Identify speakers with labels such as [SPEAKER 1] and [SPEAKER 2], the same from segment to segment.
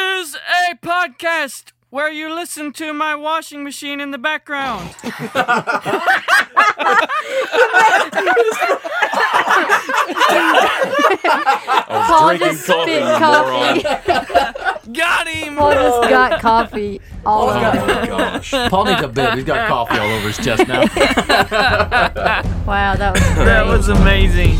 [SPEAKER 1] Play podcast where you listen to my washing machine in the background.
[SPEAKER 2] I
[SPEAKER 3] Paul
[SPEAKER 2] was drinking
[SPEAKER 3] just spit
[SPEAKER 2] coffee, you
[SPEAKER 3] coffee.
[SPEAKER 2] moron.
[SPEAKER 1] Got him.
[SPEAKER 3] Paul just got coffee
[SPEAKER 2] Oh
[SPEAKER 3] all over.
[SPEAKER 2] my gosh.
[SPEAKER 4] Paul needs a bib. He's got coffee all over his chest now.
[SPEAKER 3] Wow, that was great.
[SPEAKER 1] That was amazing.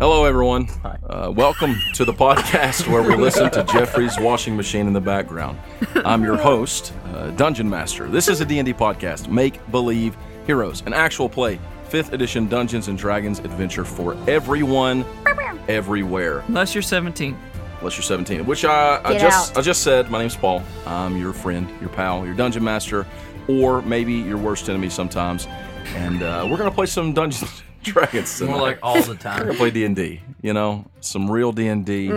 [SPEAKER 2] Hello, everyone. Uh, welcome to the podcast where we listen to Jeffrey's washing machine in the background. I'm your host, uh, Dungeon Master. This is a D&D podcast, Make Believe Heroes, an actual play, 5th edition Dungeons & Dragons adventure for everyone, everywhere.
[SPEAKER 1] Unless you're 17.
[SPEAKER 2] unless you're 17. Which I, I
[SPEAKER 3] Get
[SPEAKER 2] just
[SPEAKER 3] out.
[SPEAKER 2] I just said. My name's Paul. I'm your friend, your pal, your dungeon master, or maybe your worst enemy sometimes. And uh, we're gonna play some Dungeons and Dragons.
[SPEAKER 4] More
[SPEAKER 2] tonight.
[SPEAKER 4] like all the
[SPEAKER 2] We're
[SPEAKER 4] time.
[SPEAKER 2] gonna play D and D. You know, some real D and D.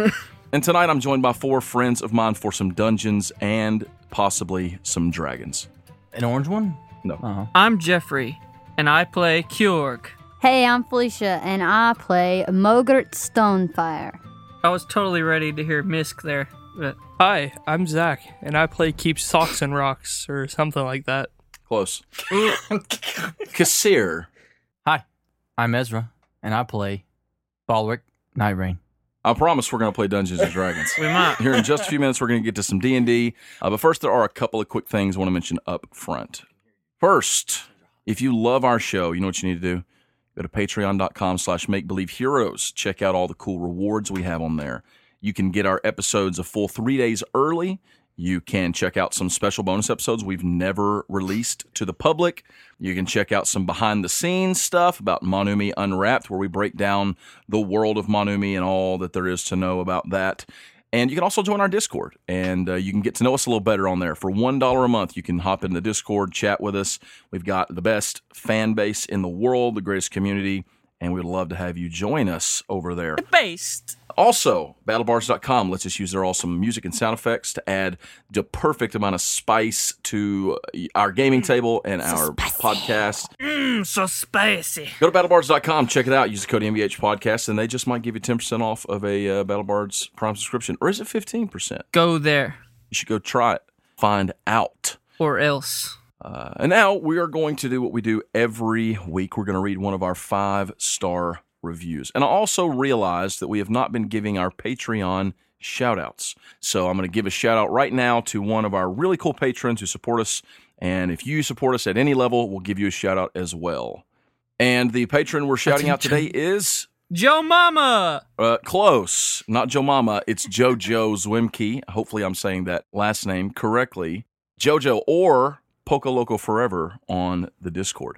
[SPEAKER 2] And tonight I'm joined by four friends of mine for some dungeons and possibly some dragons.
[SPEAKER 4] An orange one?
[SPEAKER 2] No.
[SPEAKER 1] I'm Jeffrey, and I play Kjorg.
[SPEAKER 3] Hey, I'm Felicia, and I play Mogurt Stonefire.
[SPEAKER 1] I was totally ready to hear Misk there, but
[SPEAKER 5] Hi, I'm Zach, and I play Keep Socks and Rocks or something like that.
[SPEAKER 2] Close. Kassir.
[SPEAKER 4] Hi, I'm Ezra, and I play Balric Night Rain.
[SPEAKER 2] I promise we're gonna play Dungeons and Dragons.
[SPEAKER 1] we might.
[SPEAKER 2] Here in just a few minutes, we're going to get to some D and D. Uh, But first, there are a couple of quick things I want to mention up front. First, if you love our show, you know what you need to do. Go to patreon.com slash make believe heroes. Check out all the cool rewards we have on there. You can get our episodes a full three days early. You can check out some special bonus episodes we've never released to the public. You can check out some behind the scenes stuff about Monumi Unwrapped, where we break down the world of Monumi and all that there is to know about that. And you can also join our Discord, and uh, you can get to know us a little better on there. For one dollar a month, you can hop in the Discord, chat with us. We've got the best fan base in the world, the greatest community, and we'd love to have you join us over there.
[SPEAKER 1] Based.
[SPEAKER 2] Also, battlebars.com lets us use their awesome music and sound effects to add the perfect amount of spice to uh, our gaming table and our podcast.
[SPEAKER 1] Mmm, so spicy.
[SPEAKER 2] Go to battlebars.com, check it out. Use the code MBH podcast, and they just might give you 10% off of a uh, BattleBards Prime subscription. Or is it 15%?
[SPEAKER 1] Go there,
[SPEAKER 2] You should go try it. Find out.
[SPEAKER 1] or else.
[SPEAKER 2] Uh, and now we are going to do what we do every week. We're going to read one of our five star reviews. And I also realized that we have not been giving our Patreon shout outs. So I'm going to give a shout out right now to one of our really cool patrons who support us. And if you support us at any level, we'll give you a shout out as well. And the patron we're shouting out today is
[SPEAKER 1] Joe Mama.
[SPEAKER 2] uh, close. Not Joe Mama. It's JoJo Zwimke. Hopefully, I'm saying that last name correctly. JoJo or Poco Loco Forever on the Discord.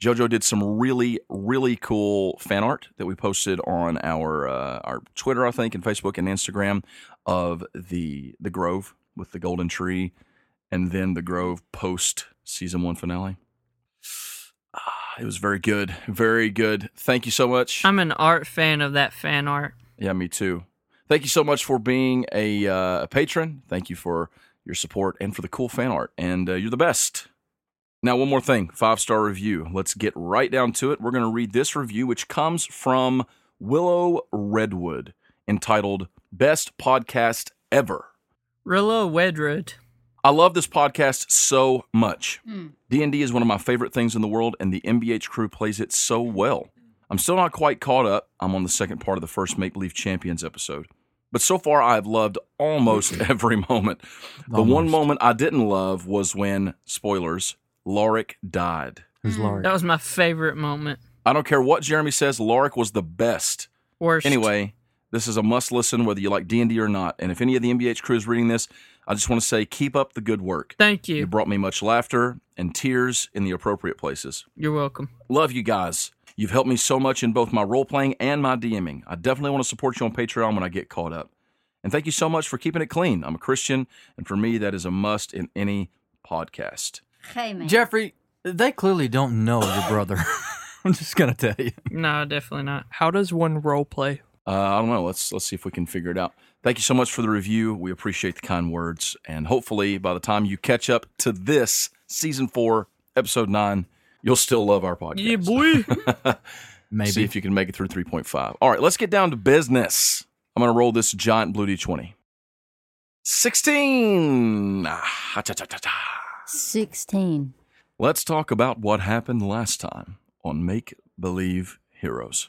[SPEAKER 2] JoJo did some really, really cool fan art that we posted on our uh, our Twitter, I think, and Facebook and Instagram of the the Grove with the golden tree, and then the Grove post season one finale. Ah, It was very good, very good. Thank you so much.
[SPEAKER 1] I'm an art fan of that fan art.
[SPEAKER 2] Yeah, me too. Thank you so much for being a, uh, a patron. Thank you for your support and for the cool fan art. And uh, you're the best. Now, one more thing five star review. Let's get right down to it. We're going to read this review, which comes from Willow Redwood, entitled Best Podcast Ever.
[SPEAKER 1] Rilla Wedred.
[SPEAKER 2] I love this podcast so much.
[SPEAKER 3] Mm.
[SPEAKER 2] D&D is one of my favorite things in the world and the MBH crew plays it so well. I'm still not quite caught up. I'm on the second part of the first Make Believe Champions episode. But so far I've loved almost every moment. The one
[SPEAKER 4] Almost.
[SPEAKER 2] moment I didn't love was when spoilers, Lorik died.
[SPEAKER 4] Who's
[SPEAKER 5] Hmm.
[SPEAKER 4] Laurie?
[SPEAKER 1] That was my favorite moment.
[SPEAKER 2] I don't care what Jeremy says, Lorik was the best.
[SPEAKER 1] Worst.
[SPEAKER 2] Anyway, this is a must listen whether you like D&D or not. And if any of the MBH crew is reading this, I just want to say keep up the good work.
[SPEAKER 1] Thank
[SPEAKER 2] You
[SPEAKER 1] you.
[SPEAKER 2] brought me much laughter and tears in the appropriate places.
[SPEAKER 1] You're welcome.
[SPEAKER 2] Love you guys. You've helped me so much in both my role playing and my DMing. I definitely want to support you on Patreon when I get caught up. And thank you so much for keeping it clean. I'm a Christian, and for me, that is a must in any podcast.
[SPEAKER 3] Hey, man.
[SPEAKER 4] Jeffrey, they clearly don't know your brother. I'm just gonna tell you.
[SPEAKER 1] No, definitely not.
[SPEAKER 5] How does one role play?
[SPEAKER 2] Uh, I don't know. Let's let's see if we can figure it out. Thank you so much for the review. We appreciate the kind words, and hopefully by the time you catch up to this season four, episode nine, you'll still love our podcast.
[SPEAKER 5] Yeah, boy.
[SPEAKER 4] Maybe.
[SPEAKER 2] See if you can make it through 3.5. All right, let's get down to business. I'm going to roll this giant blue d20. 16. Ah, ha, cha, cha, cha, cha.
[SPEAKER 3] 16.
[SPEAKER 2] Let's talk about what happened last time on Make Believe Heroes.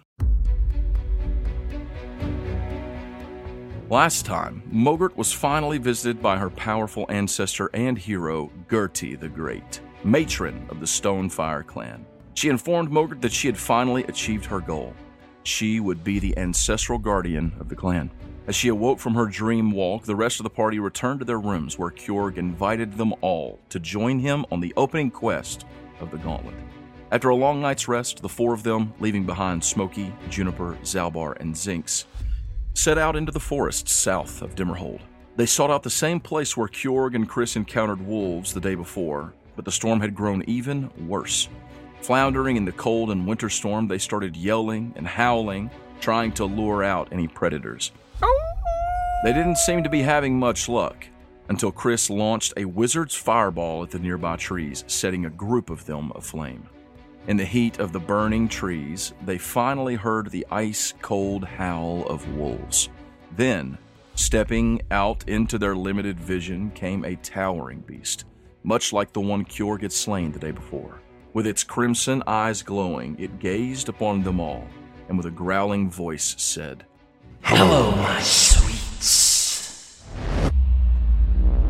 [SPEAKER 2] Last time, Mogert was finally visited by her powerful ancestor and hero, Gertie the Great, matron of the Stonefire clan. She informed Mogert that she had finally achieved her goal. She would be the ancestral guardian of the clan. As she awoke from her dream walk, the rest of the party returned to their rooms where Kjorg invited them all to join him on the opening quest of the gauntlet. After a long night's rest, the four of them, leaving behind Smoky, Juniper, Zalbar, and Zinx, set out into the forests south of Dimmerhold. They sought out the same place where Kjorg and Chris encountered wolves the day before, but the storm had grown even worse. Floundering in the cold and winter storm, they started yelling and howling, trying to lure out any predators. They didn't seem to be having much luck until Chris launched a wizard's fireball at the nearby trees, setting a group of them aflame. In the heat of the burning trees, they finally heard the ice cold howl of wolves. Then, stepping out into their limited vision, came a towering beast, much like the one Kjorg had slain the day before. With its crimson eyes glowing, it gazed upon them all, and with a growling voice said,
[SPEAKER 6] Hello, my sweets.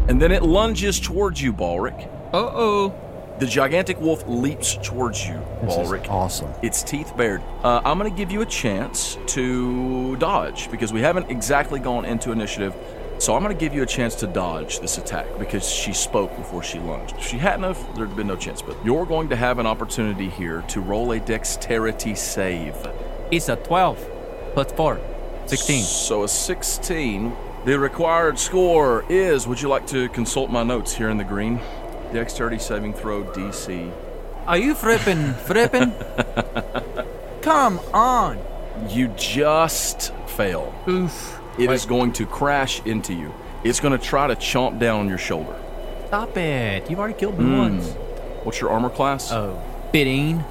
[SPEAKER 2] And then it lunges towards you, Balric.
[SPEAKER 4] Uh oh.
[SPEAKER 2] The gigantic wolf leaps towards you, Balric.
[SPEAKER 6] awesome.
[SPEAKER 2] Its teeth bared. Uh, I'm going to give you a chance to dodge because we haven't exactly gone into initiative. So I'm going to give you a chance to dodge this attack because she spoke before she lunged. If she hadn't, have, there'd been no chance. But you're going to have an opportunity here to roll a dexterity save.
[SPEAKER 4] It's a 12 plus 4. 16.
[SPEAKER 2] So a 16. The required score is. Would you like to consult my notes here in the green? Dexterity saving throw DC.
[SPEAKER 4] Are you frippin'? Frippin'? Come on.
[SPEAKER 2] You just fail.
[SPEAKER 5] Oof.
[SPEAKER 2] It is going to crash into you. It's going to try to chomp down on your shoulder.
[SPEAKER 4] Stop it. You've already killed me once.
[SPEAKER 2] What's your armor class?
[SPEAKER 4] Hmm. Oh. Bidding.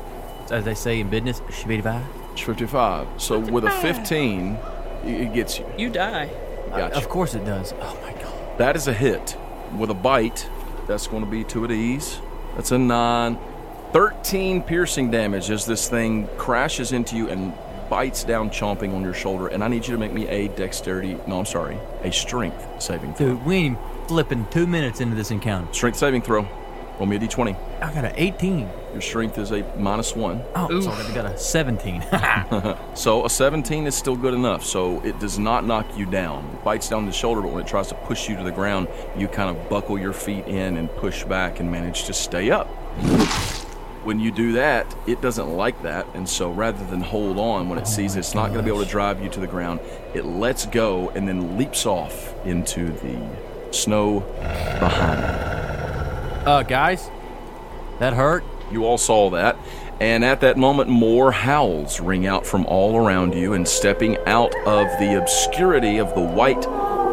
[SPEAKER 4] As they say in business, shibidi
[SPEAKER 2] 55. So with a 15, i- it gets you.
[SPEAKER 5] You die.
[SPEAKER 2] Gotcha.
[SPEAKER 4] Of course it does. Oh my god.
[SPEAKER 2] That is a hit. With a bite, that's going to be two of these. That's a nine. 13 piercing damage as this thing crashes into you and bites down, chomping on your shoulder. And I need you to make me a dexterity, no, I'm sorry, a strength saving throw.
[SPEAKER 4] Dude, we ain't even flipping two minutes into this encounter.
[SPEAKER 2] Strength saving throw. Roll me a d20.
[SPEAKER 4] I got an 18.
[SPEAKER 2] Your strength is a minus one.
[SPEAKER 4] Oh, so I got a 17.
[SPEAKER 2] So a 17 is still good enough. So it does not knock you down. It bites down the shoulder, but when it tries to push you to the ground, you kind of buckle your feet in and push back and manage to stay up. When you do that, it doesn't like that, and so rather than hold on when it sees it's not going to be able to drive you to the ground, it lets go and then leaps off into the snow behind.
[SPEAKER 4] uh, guys, that hurt.
[SPEAKER 2] You all saw that. And at that moment, more howls ring out from all around you, and stepping out of the obscurity of the white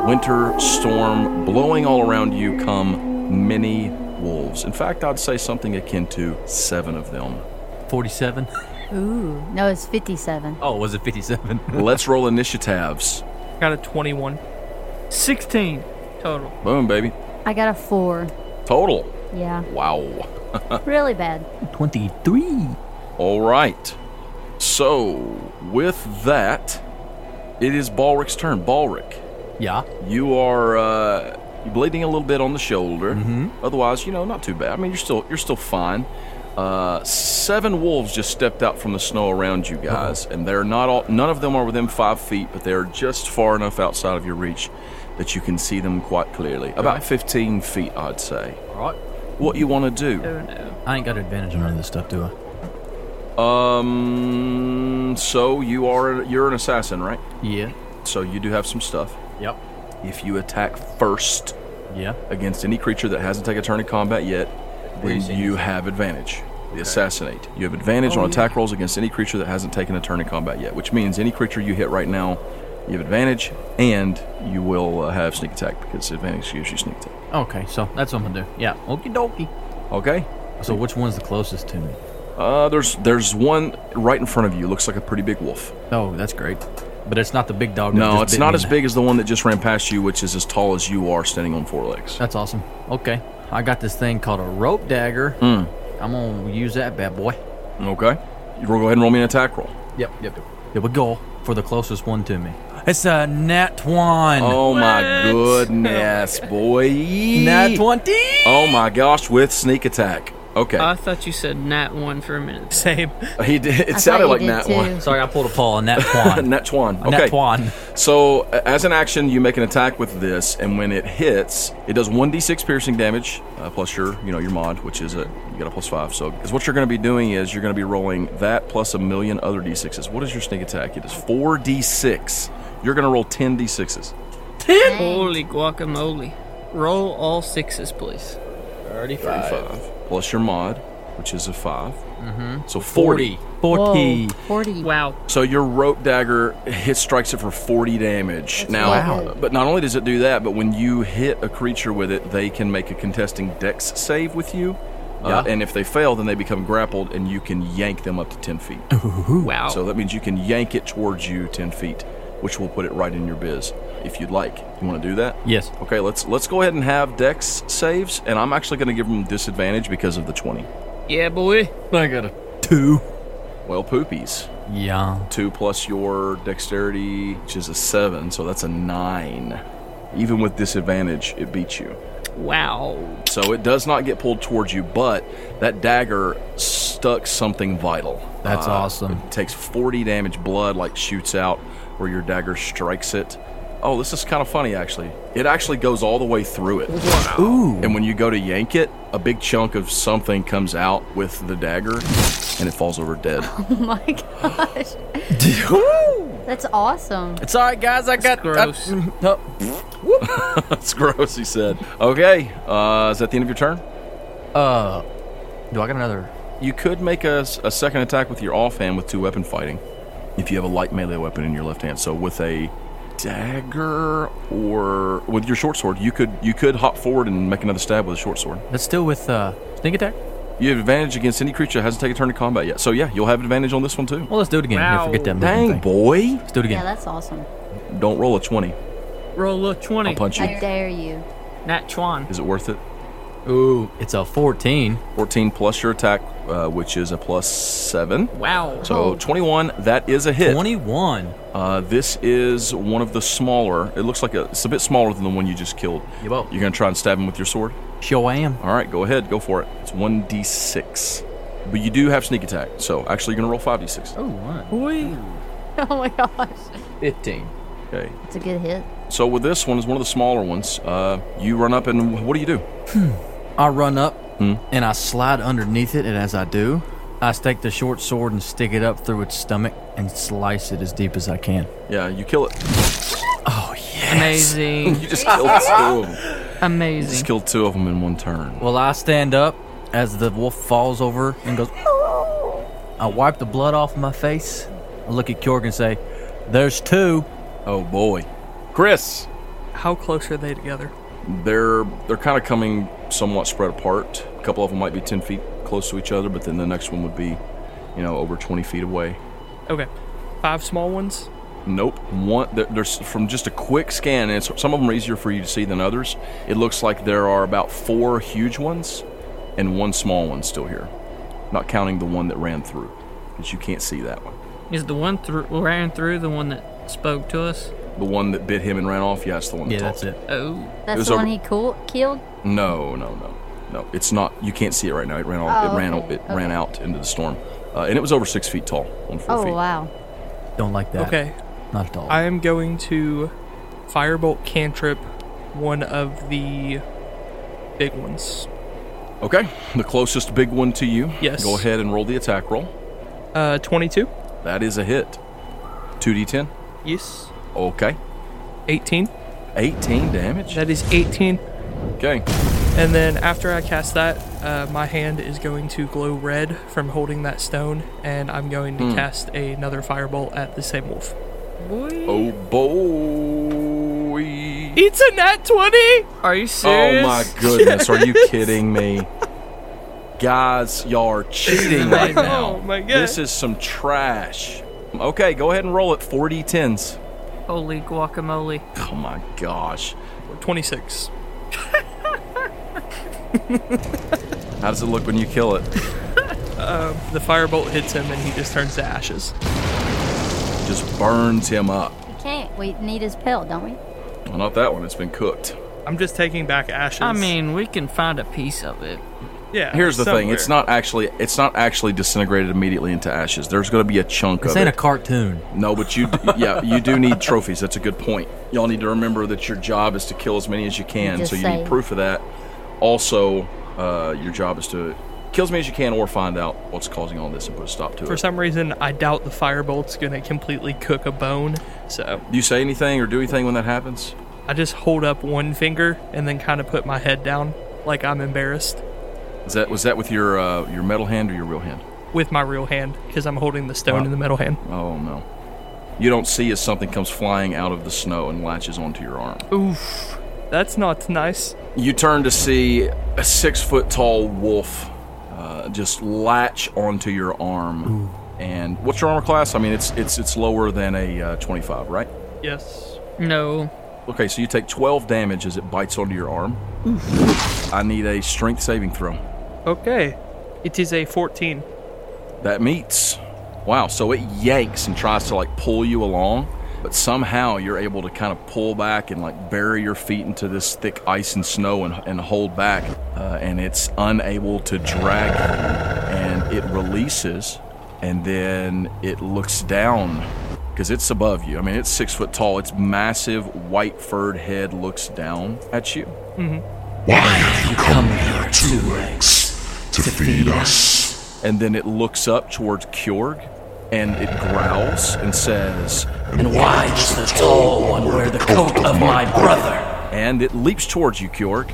[SPEAKER 2] winter storm blowing all around you come many wolves. In fact, I'd say something akin to seven of them.
[SPEAKER 4] 47.
[SPEAKER 3] Ooh. No, it's 57.
[SPEAKER 4] Oh, was it 57?
[SPEAKER 2] Let's roll initiatives.
[SPEAKER 5] Got a 21. 16 total.
[SPEAKER 2] Boom, baby.
[SPEAKER 3] I got a 4.
[SPEAKER 2] Total.
[SPEAKER 3] Yeah.
[SPEAKER 2] Wow.
[SPEAKER 3] really bad.
[SPEAKER 4] 23.
[SPEAKER 2] All right. So, with that, it is Balric's turn. Balric,
[SPEAKER 4] Yeah.
[SPEAKER 2] You are uh, bleeding a little bit on the shoulder. Otherwise, you know, not too bad. I mean, you're still you're still fine. Uh, seven wolves just stepped out from the snow around you guys, and they're not all. None of them are within five feet, but they are just far enough outside of your reach that you can see them quite clearly. About fifteen feet, I'd say.
[SPEAKER 4] All right.
[SPEAKER 2] What you want to do?
[SPEAKER 5] Oh no.
[SPEAKER 4] I ain't got advantage on none of this stuff, do I?
[SPEAKER 2] Um, so you are you're an assassin, right?
[SPEAKER 4] Yeah.
[SPEAKER 2] So you do have some stuff.
[SPEAKER 4] Yep.
[SPEAKER 2] If you attack first,
[SPEAKER 4] Yeah.
[SPEAKER 2] against any creature that hasn't taken a turn in combat yet, then you have advantage. The assassinate. You have advantage on attack rolls against any creature that hasn't taken a turn in combat yet, which means any creature you hit right now, you have advantage, and you will uh, have sneak attack because advantage gives you sneak attack.
[SPEAKER 4] Okay, so that's what I'm gonna do. Yeah, okie dokie.
[SPEAKER 2] Okay.
[SPEAKER 4] So which one's the closest to me?
[SPEAKER 2] Uh, there's there's one right in front of you. Looks like a pretty big wolf.
[SPEAKER 4] Oh, that's great. But it's not the big dog. that
[SPEAKER 2] No,
[SPEAKER 4] just
[SPEAKER 2] it's
[SPEAKER 4] bit
[SPEAKER 2] not
[SPEAKER 4] me.
[SPEAKER 2] as big as the one that just ran past you, which is as tall as you are, standing on four legs.
[SPEAKER 4] That's awesome. Okay, I got this thing called a rope dagger.
[SPEAKER 2] Hmm.
[SPEAKER 4] I'm gonna use that bad boy.
[SPEAKER 2] Okay. You roll- go ahead and roll me an attack roll.
[SPEAKER 4] Yep, yep, yep. Here we go for the closest one to me. It's a nat one.
[SPEAKER 2] Oh my goodness, boy!
[SPEAKER 4] nat twenty.
[SPEAKER 2] Oh my gosh, with sneak attack. Okay,
[SPEAKER 1] I thought you said nat one for a minute.
[SPEAKER 5] Same.
[SPEAKER 2] he did. It
[SPEAKER 3] I
[SPEAKER 2] sounded
[SPEAKER 3] thought
[SPEAKER 2] like
[SPEAKER 3] you
[SPEAKER 2] nat
[SPEAKER 3] did
[SPEAKER 2] one.
[SPEAKER 3] too.
[SPEAKER 4] Sorry, I pulled a Paul. A nat one.
[SPEAKER 2] Nat twan.
[SPEAKER 4] A nat
[SPEAKER 2] Okay.
[SPEAKER 4] one.
[SPEAKER 2] So, a- as an action, you make an attack with this, and when it hits, it does 1d6 piercing damage uh, plus your, you know, your mod, which is a you got a plus five. So, because what you're going to be doing is you're going to be rolling that plus a million other d6s. What is your sneak attack? It is 4d6. You're going to roll 10 d6s.
[SPEAKER 1] Holy guacamole. Roll all sixes, please.
[SPEAKER 2] 35 plus your mod, which is a 5. Mm-hmm. So 40.
[SPEAKER 3] Whoa,
[SPEAKER 4] 40.
[SPEAKER 3] 40.
[SPEAKER 1] Wow.
[SPEAKER 2] So your rope dagger hit strikes it for 40 damage. now,
[SPEAKER 3] Wow.
[SPEAKER 2] but not only does it do that, but when you hit a creature with it, they can make a contesting dex save with you. Uh,
[SPEAKER 4] Yeah.
[SPEAKER 2] and if they fail, then they become grappled and you can yank them up to 10 feet.
[SPEAKER 1] Wow.
[SPEAKER 2] So that means you can yank it towards you 10 feet, which will put it right in your biz if you'd like. You want to do that?
[SPEAKER 4] Yes.
[SPEAKER 2] Okay, let's let's go ahead and have dex saves, and I'm actually going to give them disadvantage because of the 20.
[SPEAKER 1] yeah, boy.
[SPEAKER 4] I got a two.
[SPEAKER 2] Well, poopies.
[SPEAKER 4] Yeah.
[SPEAKER 2] Two plus your dexterity, which is a seven, so that's a nine. Even with disadvantage, it beats you.
[SPEAKER 1] Wow.
[SPEAKER 2] So it does not get pulled towards you, but that dagger stuck something vital.
[SPEAKER 4] That's awesome.
[SPEAKER 2] It takes 40 damage, blood like shoots out where your dagger strikes it. Oh, this is kind of funny actually. It actually goes all the way through it. Ooh. And when you go to yank it, a big chunk of something comes out with the dagger and it falls over dead.
[SPEAKER 3] Oh my gosh. That's awesome.
[SPEAKER 4] It's all right, guys. I got. uh, oh.
[SPEAKER 1] gross.
[SPEAKER 4] I- no.
[SPEAKER 2] That's gross, he said. Okay, uh, is that the end of your turn?
[SPEAKER 4] Uh, do I got another?
[SPEAKER 2] You could make a, s- a second attack with your offhand with two weapon fighting if you have a light melee weapon in your left hand. So with a dagger or with your short sword, you could you could hop forward and make another stab with a short sword.
[SPEAKER 4] That's still with uh, sneak attack.
[SPEAKER 2] You have advantage against any creature that hasn't taken a turn in combat yet. So yeah, you'll have advantage on this one too.
[SPEAKER 4] Well, let's do it again. Here,
[SPEAKER 1] Wow.
[SPEAKER 4] forget that. moving
[SPEAKER 2] Dang
[SPEAKER 4] thing.
[SPEAKER 2] boy!
[SPEAKER 4] Let's do it
[SPEAKER 3] Yeah,
[SPEAKER 4] again.
[SPEAKER 3] that's awesome.
[SPEAKER 2] Don't roll a twenty.
[SPEAKER 1] Roll a
[SPEAKER 2] I'll
[SPEAKER 1] 20.
[SPEAKER 2] punch
[SPEAKER 3] I
[SPEAKER 2] you.
[SPEAKER 3] dare you.
[SPEAKER 1] Nat Chuan.
[SPEAKER 2] Is it worth it?
[SPEAKER 4] Ooh, it's a fourteen.
[SPEAKER 2] Fourteen plus your attack, uh, which is a plus seven.
[SPEAKER 1] Wow.
[SPEAKER 2] So twenty-one. That is a hit.
[SPEAKER 4] Twenty-one.
[SPEAKER 2] Uh, this is one of the smaller. It looks like a, it's a bit smaller than the one you just killed.
[SPEAKER 4] You won't.
[SPEAKER 2] You're gonna try and stab him with your sword.
[SPEAKER 4] Sure I am.
[SPEAKER 2] All right, go ahead, go for it. It's one d six, but you do have sneak attack, so actually you're gonna roll five d six.
[SPEAKER 4] Oh, one.
[SPEAKER 1] Boy.
[SPEAKER 3] Oh my gosh.
[SPEAKER 4] Fifteen.
[SPEAKER 2] Okay.
[SPEAKER 3] It's a good hit.
[SPEAKER 2] So with this one is one of the smaller ones. Uh, you run up and what do you do?
[SPEAKER 4] I run up and I slide underneath it, and as I do, I stake the short sword and stick it up through its stomach and slice it as deep as I can.
[SPEAKER 2] Yeah, you kill it.
[SPEAKER 1] Amazing.
[SPEAKER 2] You just killed two of them. Just
[SPEAKER 1] Amazing.
[SPEAKER 2] killed two of them in one turn.
[SPEAKER 4] Well, I stand up as the wolf falls over and goes. I wipe the blood off my face. I look at Kjorg and say, "There's two.
[SPEAKER 2] Oh boy, Chris.
[SPEAKER 5] How close are they together?
[SPEAKER 2] They're they're kind of coming somewhat spread apart. A couple of them might be ten feet close to each other, but then the next one would be, you know, over twenty feet away.
[SPEAKER 5] Okay. Five small ones.
[SPEAKER 2] Nope. One. there- There's from just a quick scan, and it's, some of them are easier for you to see than others. It looks like there are about four huge ones, and one small one still here, not counting the one that ran through, because you can't see that one.
[SPEAKER 1] Is the one through ran through the one that spoke to us?
[SPEAKER 2] The one that bit him and ran off. Yeah, it's the one.
[SPEAKER 4] Yeah,
[SPEAKER 2] that
[SPEAKER 4] that's
[SPEAKER 2] talked.
[SPEAKER 4] it.
[SPEAKER 1] Oh.
[SPEAKER 3] That's
[SPEAKER 2] was
[SPEAKER 3] the
[SPEAKER 2] a-
[SPEAKER 3] one he cool- killed?
[SPEAKER 2] No, no, no, no. It's not. You can't see it right now. It ran. All,
[SPEAKER 3] Oh,
[SPEAKER 2] it ran.
[SPEAKER 3] okay,
[SPEAKER 2] It ran
[SPEAKER 3] okay.
[SPEAKER 2] out into the storm, uh, and it was over six feet tall on four
[SPEAKER 3] Oh,
[SPEAKER 2] feet.
[SPEAKER 3] wow.
[SPEAKER 4] Don't like that.
[SPEAKER 5] Okay.
[SPEAKER 4] not at all.
[SPEAKER 5] I am going to firebolt cantrip one of the big ones.
[SPEAKER 2] Okay, the closest big one to you.
[SPEAKER 5] Yes.
[SPEAKER 2] Go ahead and roll the attack roll.
[SPEAKER 5] Uh, 22.
[SPEAKER 2] That is a hit. Two d10.
[SPEAKER 5] Yes.
[SPEAKER 2] Okay.
[SPEAKER 5] 18.
[SPEAKER 2] 18 damage.
[SPEAKER 5] That is 18.
[SPEAKER 2] Okay.
[SPEAKER 5] And then after I cast that, uh, my hand is going to glow red from holding that stone, and I'm going to
[SPEAKER 1] Hmm.
[SPEAKER 5] cast another firebolt at the same wolf.
[SPEAKER 1] Boy.
[SPEAKER 2] Oh boy!
[SPEAKER 5] It's a nat 20!
[SPEAKER 1] Are you
[SPEAKER 2] Oh
[SPEAKER 1] serious?
[SPEAKER 2] my goodness! Are you kidding me? Guys, y'all are cheating right now.
[SPEAKER 5] Oh my god.
[SPEAKER 2] This is some trash. Okay, go ahead and roll it. 40 tens.
[SPEAKER 1] Holy guacamole.
[SPEAKER 2] Oh my gosh.
[SPEAKER 5] 26.
[SPEAKER 2] How does it look when you kill it?
[SPEAKER 5] The firebolt hits him and he just turns to ashes.
[SPEAKER 2] Just burns him up.
[SPEAKER 3] We can't. We need his pill, don't we?
[SPEAKER 2] Well, not that one. It's been cooked.
[SPEAKER 5] I'm just taking back ashes.
[SPEAKER 1] I mean, we can find a piece of it.
[SPEAKER 5] yeah.
[SPEAKER 2] Here's the thing.
[SPEAKER 5] somewhere.
[SPEAKER 2] It's not actually. It's not actually disintegrated immediately into ashes. There's going to be a chunk
[SPEAKER 4] This
[SPEAKER 2] of
[SPEAKER 4] ain't
[SPEAKER 2] it.
[SPEAKER 4] a cartoon.
[SPEAKER 2] No, but you, yeah, you do need trophies. That's a good point. Y'all need to remember that your job is to kill as many as you can,
[SPEAKER 3] Just
[SPEAKER 2] so you
[SPEAKER 3] saying.
[SPEAKER 2] need proof of that. Also, uh, your job is to kill as many as you can, or find out what's causing all this and put a stop to
[SPEAKER 5] For
[SPEAKER 2] it.
[SPEAKER 5] some reason, I doubt the firebolt's gonna completely cook a bone, so
[SPEAKER 2] do you say anything or do anything when that happens?
[SPEAKER 5] I just hold up one finger and then kind of put my head down like I'm embarrassed
[SPEAKER 2] Is that was that with your uh, your metal hand or your real hand?
[SPEAKER 5] with my real hand because I'm holding the stone
[SPEAKER 2] Wow.
[SPEAKER 5] in the metal hand.
[SPEAKER 2] Oh no. You don't see as something comes flying out of the snow and latches onto your arm.
[SPEAKER 5] Oof. That's not nice.
[SPEAKER 2] You turn to see a six foot tall wolf uh, just latch onto your arm. And what's your armor class? I mean, it's it's it's lower than a uh, 25, right?
[SPEAKER 5] Yes.
[SPEAKER 1] No.
[SPEAKER 2] Okay, so you take 12 damage as it bites onto your arm. I need a strength saving throw.
[SPEAKER 5] Okay. It is a 14.
[SPEAKER 2] That meets. Wow, so it yanks and tries to like pull you along, but somehow you're able to kind of pull back and like bury your feet into this thick ice and snow and, and hold back. Uh, and it's unable to drag you. And it releases and then it looks down because it's above you. I mean, it's six foot tall. Its massive white furred head looks down at you.
[SPEAKER 6] Why have you come here two legs to feed us?
[SPEAKER 2] And then it looks up towards Kjorg and it growls and says,
[SPEAKER 7] And why does the tall one wear the coat of my brother?
[SPEAKER 2] and it leaps towards you, Kjorg.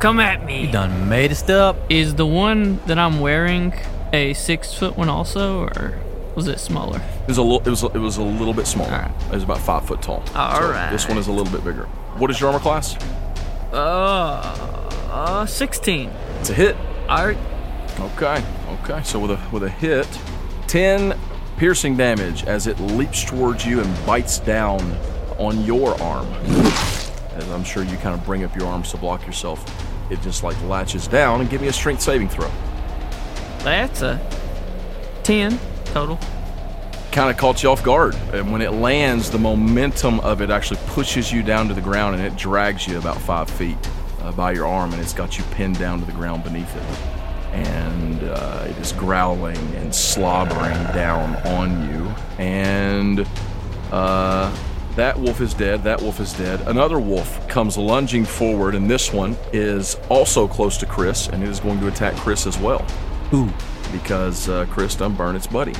[SPEAKER 1] Come at me.
[SPEAKER 4] Done made us up.
[SPEAKER 1] Is the one that I'm wearing a six foot one also, or was it smaller?
[SPEAKER 2] It was a little, it was, it was a little bit smaller. It was about five foot tall.
[SPEAKER 1] All
[SPEAKER 2] All right.
[SPEAKER 1] right.
[SPEAKER 2] This one is a little bit bigger. What is your armor class?
[SPEAKER 1] Uh, 16.
[SPEAKER 2] It's a hit.
[SPEAKER 1] Art.
[SPEAKER 2] Okay, okay. So with a with a hit, ten piercing damage as it leaps towards you and bites down on your arm. As I'm sure you kind of bring up your arms to block yourself, it just like latches down and give me a strength saving throw.
[SPEAKER 1] That's a 10 total.
[SPEAKER 2] kind of caught you off guard. And when it lands, the momentum of it actually pushes you down to the ground and it drags you about five feet uh, by your arm and it's got you pinned down to the ground beneath it. And uh, it is growling and slobbering down on you. And uh, that wolf is dead. That wolf is dead. Another wolf comes lunging forward, and this one is also close to Chris, and it is going to attack Chris as well.
[SPEAKER 4] Ooh,
[SPEAKER 2] Because uh, Chris done burned its buddy.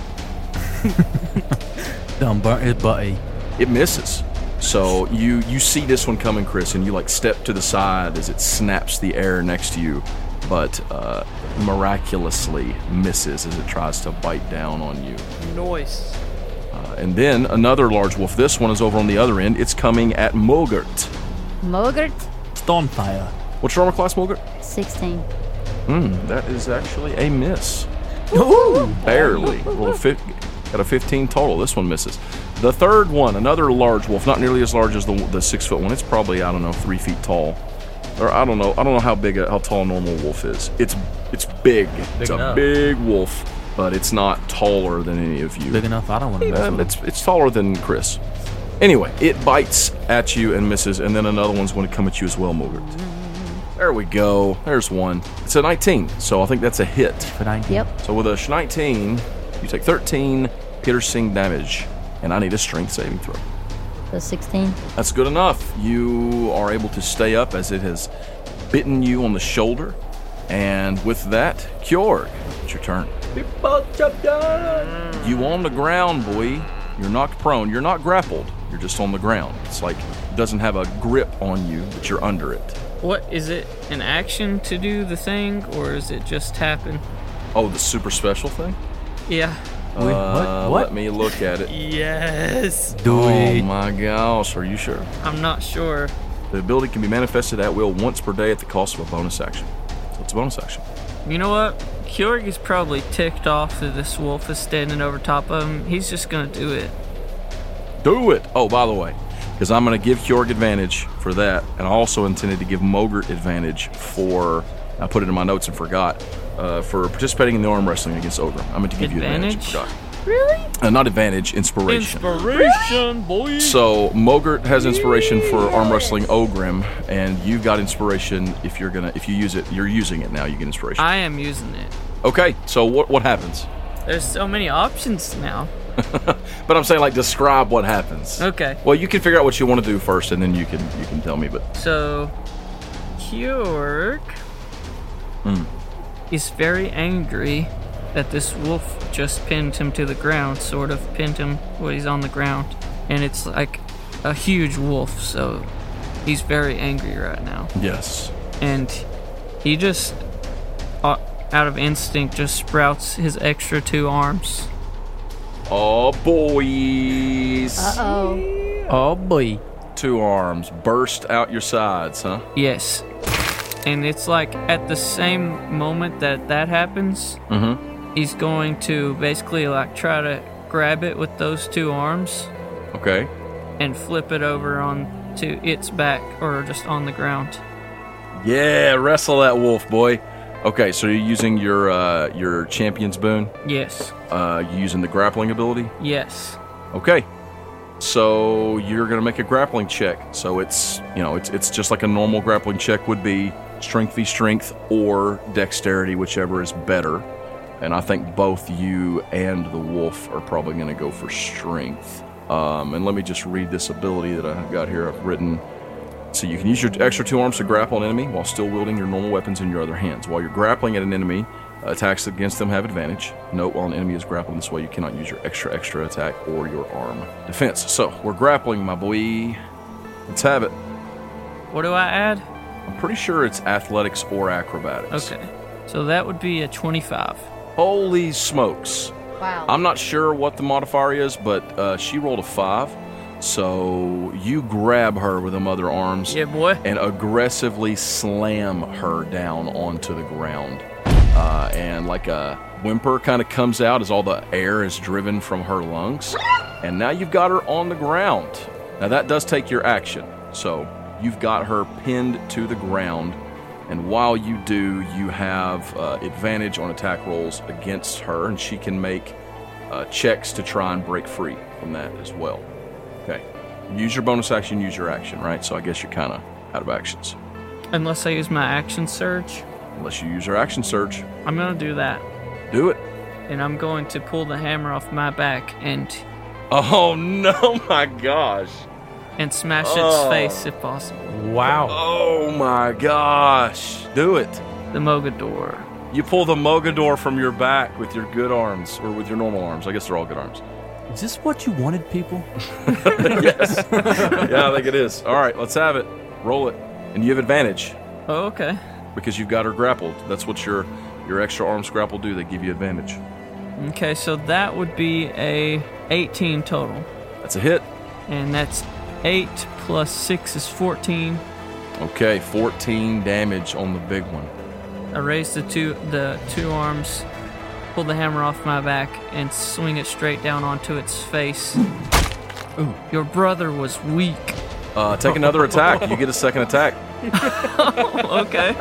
[SPEAKER 4] dumb burn buddy.
[SPEAKER 2] it misses. So you you see this one coming, Chris, and you like step to the side as it snaps the air next to you, but uh, miraculously misses as it tries to bite down on you.
[SPEAKER 5] Noise.
[SPEAKER 2] Uh, and then another large wolf. This one is over on the other end. It's coming at Mulgert.
[SPEAKER 3] Mogert,
[SPEAKER 4] Stonefire.
[SPEAKER 2] What's your armor class, Mulgert?
[SPEAKER 3] 16.
[SPEAKER 2] That is actually a miss. Barely. Rolled a fif- got a 15 total. This one misses. The third one, another large wolf, not nearly as large as the, the six foot one. It's probably I don't know three feet tall, or I don't know. I don't know how big a, how tall a normal wolf is. It's it's big. it's a
[SPEAKER 4] enough.
[SPEAKER 2] big wolf, but it's not taller than any of you.
[SPEAKER 4] Big enough. I don't want to mess
[SPEAKER 2] Um,
[SPEAKER 4] with it.
[SPEAKER 2] it's it's taller than Chris. Anyway, it bites at you and misses, and then another one's going to come at you as well, Mogert. There we go. There's one. It's a 19, so I think that's a hit.
[SPEAKER 4] But I ain't
[SPEAKER 3] Yep.
[SPEAKER 2] So with a sh- 19, you take 13 piercing damage, and I need a strength saving throw.
[SPEAKER 3] So 16.
[SPEAKER 2] That's good enough. You are able to stay up as it has bitten you on the shoulder, and with that, Kjorg, it's your turn. You on the ground, boy. You're knocked prone. You're not grappled. You're just on the ground. It's like it doesn't have a grip on you, but you're under it.
[SPEAKER 1] What is it? An action to do the thing, or is it just happen?
[SPEAKER 2] Oh, the super special thing?
[SPEAKER 1] Yeah.
[SPEAKER 4] Wait,
[SPEAKER 2] Uh,
[SPEAKER 4] what?
[SPEAKER 2] Let me look at it.
[SPEAKER 1] Yes.
[SPEAKER 4] Do
[SPEAKER 2] Oh
[SPEAKER 4] it.
[SPEAKER 2] my gosh, are you sure?
[SPEAKER 1] I'm not sure.
[SPEAKER 2] The ability can be manifested at will once per day at the cost of a bonus action. So it's a bonus action.
[SPEAKER 1] You know what? Keurig is probably ticked off that this wolf is standing over top of him. He's just gonna do it.
[SPEAKER 2] Do it! Oh, by the way, because I'm going to give Kjorg advantage for that, and I also intended to give Mogert advantage for, I put it in my notes and forgot, uh, for participating in the arm wrestling against Ogre. I meant to give
[SPEAKER 1] Advantage?
[SPEAKER 2] you advantage. Really? Uh, not advantage, inspiration.
[SPEAKER 1] Inspiration, boy.
[SPEAKER 2] so Mogert has inspiration for arm wrestling Ogrim, and you've got inspiration if you're gonna if you use it. You're using it now. You get inspiration.
[SPEAKER 1] I am using it.
[SPEAKER 2] okay. So what what happens?
[SPEAKER 1] There's so many options now.
[SPEAKER 2] But I'm saying like describe what happens.
[SPEAKER 1] Okay.
[SPEAKER 2] Well, you can figure out what you want to do first, and then you can you can tell me. But
[SPEAKER 1] So, Kjork is very angry that this wolf just pinned him to the ground, sort of pinned him while he's on the ground. And it's like a huge wolf, so he's very angry right now.
[SPEAKER 2] yes,
[SPEAKER 1] And he just, o- out of instinct, just sprouts his extra two arms.
[SPEAKER 2] Oh, boys.
[SPEAKER 3] Oh,
[SPEAKER 4] Oh boy.
[SPEAKER 2] Two arms burst out your sides, huh?
[SPEAKER 1] Yes. And it's like at the same moment that that happens, he's going to basically like try to grab it with those two arms
[SPEAKER 2] Okay.
[SPEAKER 1] and flip it over on to its back or just on the ground.
[SPEAKER 2] Yeah, wrestle that wolf, boy. Okay, so you're using your uh, your champion's boon.
[SPEAKER 1] Yes.
[SPEAKER 2] Uh, you're using the grappling ability.
[SPEAKER 1] Yes.
[SPEAKER 2] Okay. So you're gonna make a grappling check. So it's you know it's it's just like a normal grappling check would be strength v strength or dexterity, whichever is better. And I think both you and the wolf are probably gonna go for strength. Um, and let me just read this ability that I've got here. I've written. So you can use your extra two arms to grapple an enemy while still wielding your normal weapons in your other hands. While you're grappling at an enemy, attacks against them have advantage. Note while an enemy is grappling this way, you cannot use your extra extra attack or your arm defense. So we're grappling, my boy. Let's have it.
[SPEAKER 1] What do I add?
[SPEAKER 2] I'm pretty sure it's athletics or acrobatics.
[SPEAKER 1] Okay. So that would be a 25.
[SPEAKER 2] Holy smokes.
[SPEAKER 3] wow.
[SPEAKER 2] I'm not sure what the modifier is, but uh, she rolled a five. So you grab her with them other arms.
[SPEAKER 1] Yeah, boy.
[SPEAKER 2] and aggressively slam her down onto the ground. Uh, and like a whimper kind of comes out as all the air is driven from her lungs. And now you've got her on the ground. Now that does take your action. So you've got her pinned to the ground. And while you do, you have uh, advantage on attack rolls against her, and she can make uh, checks to try and break free from that as well. Okay. Use your bonus action, use your action, right? So I guess you're kind of out of actions.
[SPEAKER 1] Unless I use my action surge,
[SPEAKER 2] Unless you use your action surge.
[SPEAKER 1] I'm going to do that.
[SPEAKER 2] Do it.
[SPEAKER 1] And I'm going to pull the hammer off my back and
[SPEAKER 2] Oh no, my gosh.
[SPEAKER 1] and smash
[SPEAKER 2] Oh.
[SPEAKER 1] its face if possible.
[SPEAKER 4] Wow.
[SPEAKER 2] Oh my gosh. Do it.
[SPEAKER 1] The Mogador.
[SPEAKER 2] You pull the Mogador from your back with your good arms, or with your normal arms. I guess they're all good arms.
[SPEAKER 4] Is this what you wanted, people?
[SPEAKER 2] yeah, I think it is. All right, let's have it. Roll it. And you have advantage
[SPEAKER 1] Oh, okay.
[SPEAKER 2] because you've got her grappled. That's what your your extra arms grapple do. They give you advantage.
[SPEAKER 1] Okay, so that would be a 18 total.
[SPEAKER 2] That's a hit.
[SPEAKER 1] And that's 8 plus 6 is 14.
[SPEAKER 2] Okay, 14 damage on the big one.
[SPEAKER 1] I raise the two the two arms, pull the hammer off my back and swing it straight down onto its face. Your brother was weak.
[SPEAKER 2] Uh, take another attack. You get a second attack
[SPEAKER 1] Okay.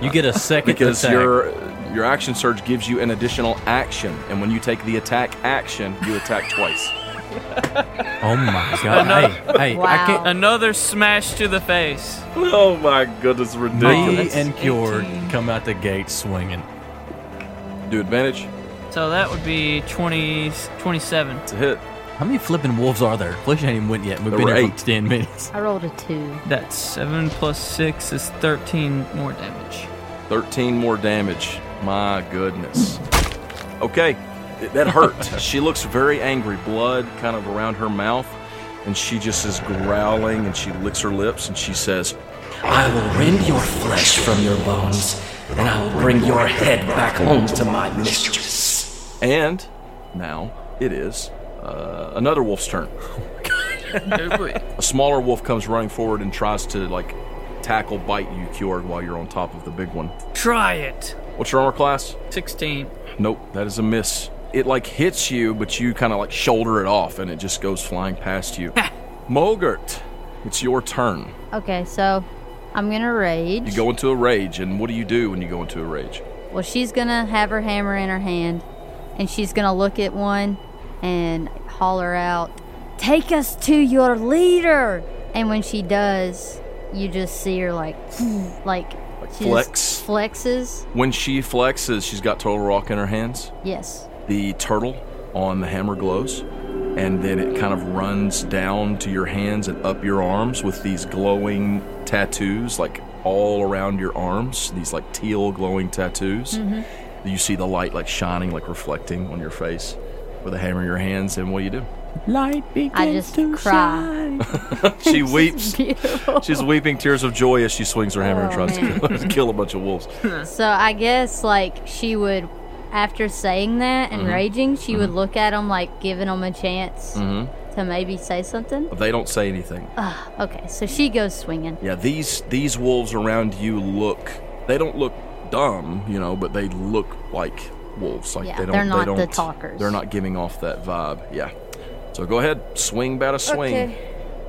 [SPEAKER 4] You get a second
[SPEAKER 2] because
[SPEAKER 4] attack.
[SPEAKER 2] your your action surge gives you an additional action, and when you take the attack action, you attack twice.
[SPEAKER 4] Oh my god. hey, hey, I
[SPEAKER 3] Wow.
[SPEAKER 4] can't.
[SPEAKER 1] Another smash to the face.
[SPEAKER 2] oh my goodness,
[SPEAKER 4] Me
[SPEAKER 1] that's
[SPEAKER 4] and Kjord
[SPEAKER 1] 18.
[SPEAKER 4] come out the gate swinging.
[SPEAKER 2] Do advantage.
[SPEAKER 1] So that would be 20 27.
[SPEAKER 2] It's a hit.
[SPEAKER 4] How many flipping wolves are there? Flesh ain't even went yet. We've
[SPEAKER 2] There
[SPEAKER 4] been
[SPEAKER 2] were
[SPEAKER 4] here
[SPEAKER 2] eight.
[SPEAKER 4] for 10 minutes.
[SPEAKER 3] I rolled a two.
[SPEAKER 1] That's 7 plus 6 is 13 more damage.
[SPEAKER 2] 13 more damage. My goodness. Okay, that hurt. she looks very angry, blood kind of around her mouth, and she just is growling and she licks her lips and she says,
[SPEAKER 7] I will rend your flesh from your bones, and I will bring your head back home to my mistress.
[SPEAKER 2] and now it is uh, another wolf's turn. a smaller wolf comes running forward and tries to like tackle, bite you, Kjord, while you're on top of the big one.
[SPEAKER 1] Try it.
[SPEAKER 2] What's your armor class?
[SPEAKER 1] 16.
[SPEAKER 2] Nope, that is a miss. It like hits you, but you kind of like shoulder it off and it just goes flying past you. Mogurt, it's your turn.
[SPEAKER 3] Okay, so I'm gonna rage.
[SPEAKER 2] You go into a rage, and what do you do when you go into a rage?
[SPEAKER 3] Well, she's gonna have her hammer in her hand, and she's gonna look at one and holler out, "Take us to your leader!" And when she does, you just see her like, like, she
[SPEAKER 2] flex?
[SPEAKER 3] just flexes.
[SPEAKER 2] When she flexes, she's got Total Rock in her hands.
[SPEAKER 3] Yes.
[SPEAKER 2] The turtle on the hammer glows, and then it kind of runs down to your hands and up your arms with these glowing tattoos, like all around your arms, these like teal glowing tattoos. You see the light like shining, like reflecting on your face with a hammer in your hands, and what do you do?
[SPEAKER 3] I just cry.
[SPEAKER 2] She weeps.
[SPEAKER 3] Beautiful.
[SPEAKER 2] She's weeping tears of joy as she swings her hammer and
[SPEAKER 3] Oh,
[SPEAKER 2] tries to kill, kill a bunch of wolves.
[SPEAKER 3] So I guess like she would, after saying that
[SPEAKER 2] Mm-hmm.
[SPEAKER 3] and raging, she would look at him like giving him a chance
[SPEAKER 2] Mm-hmm.
[SPEAKER 3] to maybe say something.
[SPEAKER 2] They don't say anything.
[SPEAKER 3] Okay, so she goes swinging.
[SPEAKER 2] Yeah, these these wolves around you look they don't look dumb, you know, but they look like wolves. Like
[SPEAKER 3] Yeah,
[SPEAKER 2] they don't
[SPEAKER 3] they're not
[SPEAKER 2] they
[SPEAKER 3] the
[SPEAKER 2] don't,
[SPEAKER 3] talkers.
[SPEAKER 2] They're not giving off that vibe. Yeah. So go ahead, swing bat a swing. Uh-huh.
[SPEAKER 3] Okay.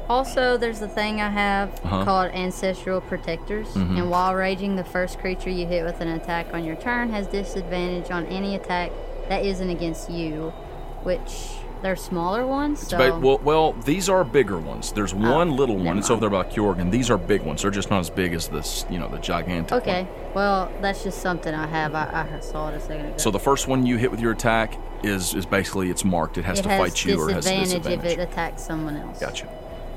[SPEAKER 3] Also, there's a thing I have called Ancestral Protectors,
[SPEAKER 2] Mm-hmm.
[SPEAKER 3] and while raging, the first creature you hit with an attack on your turn has disadvantage on any attack that isn't against you, which they're smaller ones. So Oh,
[SPEAKER 2] But- well, well, these are bigger ones. There's one little one.
[SPEAKER 3] never
[SPEAKER 2] It's over there by Kjorgen. These are big ones. They're just not as big as this, you know, the gigantic one.
[SPEAKER 3] okay, well that's just something I have. I, I saw it a second ago.
[SPEAKER 2] So the first one you hit with your attack is is basically it's marked. It has
[SPEAKER 3] it
[SPEAKER 2] to
[SPEAKER 3] has
[SPEAKER 2] fight you or has
[SPEAKER 3] disadvantage
[SPEAKER 2] disadvantage.
[SPEAKER 3] if it attacks someone else.
[SPEAKER 2] Gotcha.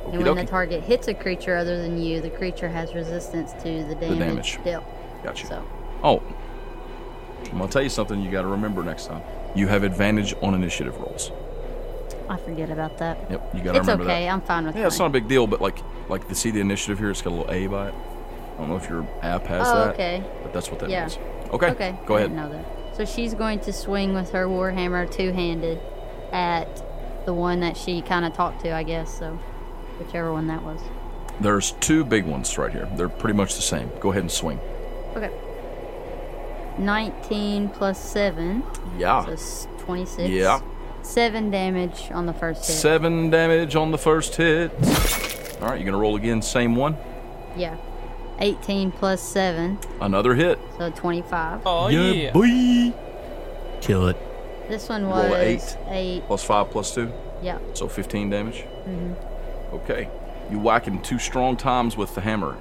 [SPEAKER 3] And when the
[SPEAKER 2] Okey-dokey.
[SPEAKER 3] target hits a creature other than you, the creature has resistance to the damage,
[SPEAKER 2] damage.
[SPEAKER 3] dealt.
[SPEAKER 2] Gotcha.
[SPEAKER 3] So
[SPEAKER 2] Oh, I'm gonna tell you something you got to remember next time. You have advantage on initiative rolls.
[SPEAKER 3] I forget about that.
[SPEAKER 2] Yep, you got to
[SPEAKER 3] It's
[SPEAKER 2] remember
[SPEAKER 3] okay.
[SPEAKER 2] that.
[SPEAKER 3] I'm fine with
[SPEAKER 2] Yeah, it's
[SPEAKER 3] mine.
[SPEAKER 2] not a big deal, but like, like to see the initiative here, it's got a little A by it. I don't know if your app has
[SPEAKER 3] Oh,
[SPEAKER 2] that.
[SPEAKER 3] okay.
[SPEAKER 2] But that's what that
[SPEAKER 3] Yeah.
[SPEAKER 2] means. Okay.
[SPEAKER 3] Okay.
[SPEAKER 2] Go
[SPEAKER 3] I
[SPEAKER 2] ahead.
[SPEAKER 3] didn't know that. So she's going to swing with her warhammer two-handed at the one that she kind of talked to, I guess. So whichever one that was.
[SPEAKER 2] There's two big ones right here. They're pretty much the same. Go ahead and swing.
[SPEAKER 3] Okay. 19 plus 7, so
[SPEAKER 2] Yeah.
[SPEAKER 3] s- 26.
[SPEAKER 2] Yeah.
[SPEAKER 3] 7 damage on the first hit.
[SPEAKER 2] Seven damage on the first hit. All right, you're gonna roll again. Same one.
[SPEAKER 3] yeah. 18 plus 7,
[SPEAKER 2] Another hit.
[SPEAKER 3] so 25.
[SPEAKER 5] Oh yeah.
[SPEAKER 2] boy.
[SPEAKER 4] Kill it.
[SPEAKER 3] This one was
[SPEAKER 2] Roll a
[SPEAKER 3] 8.
[SPEAKER 2] Plus five, plus two.
[SPEAKER 3] Yeah.
[SPEAKER 2] So 15 damage? Mm-hmm. Okay. You whack him two strong times with the hammer.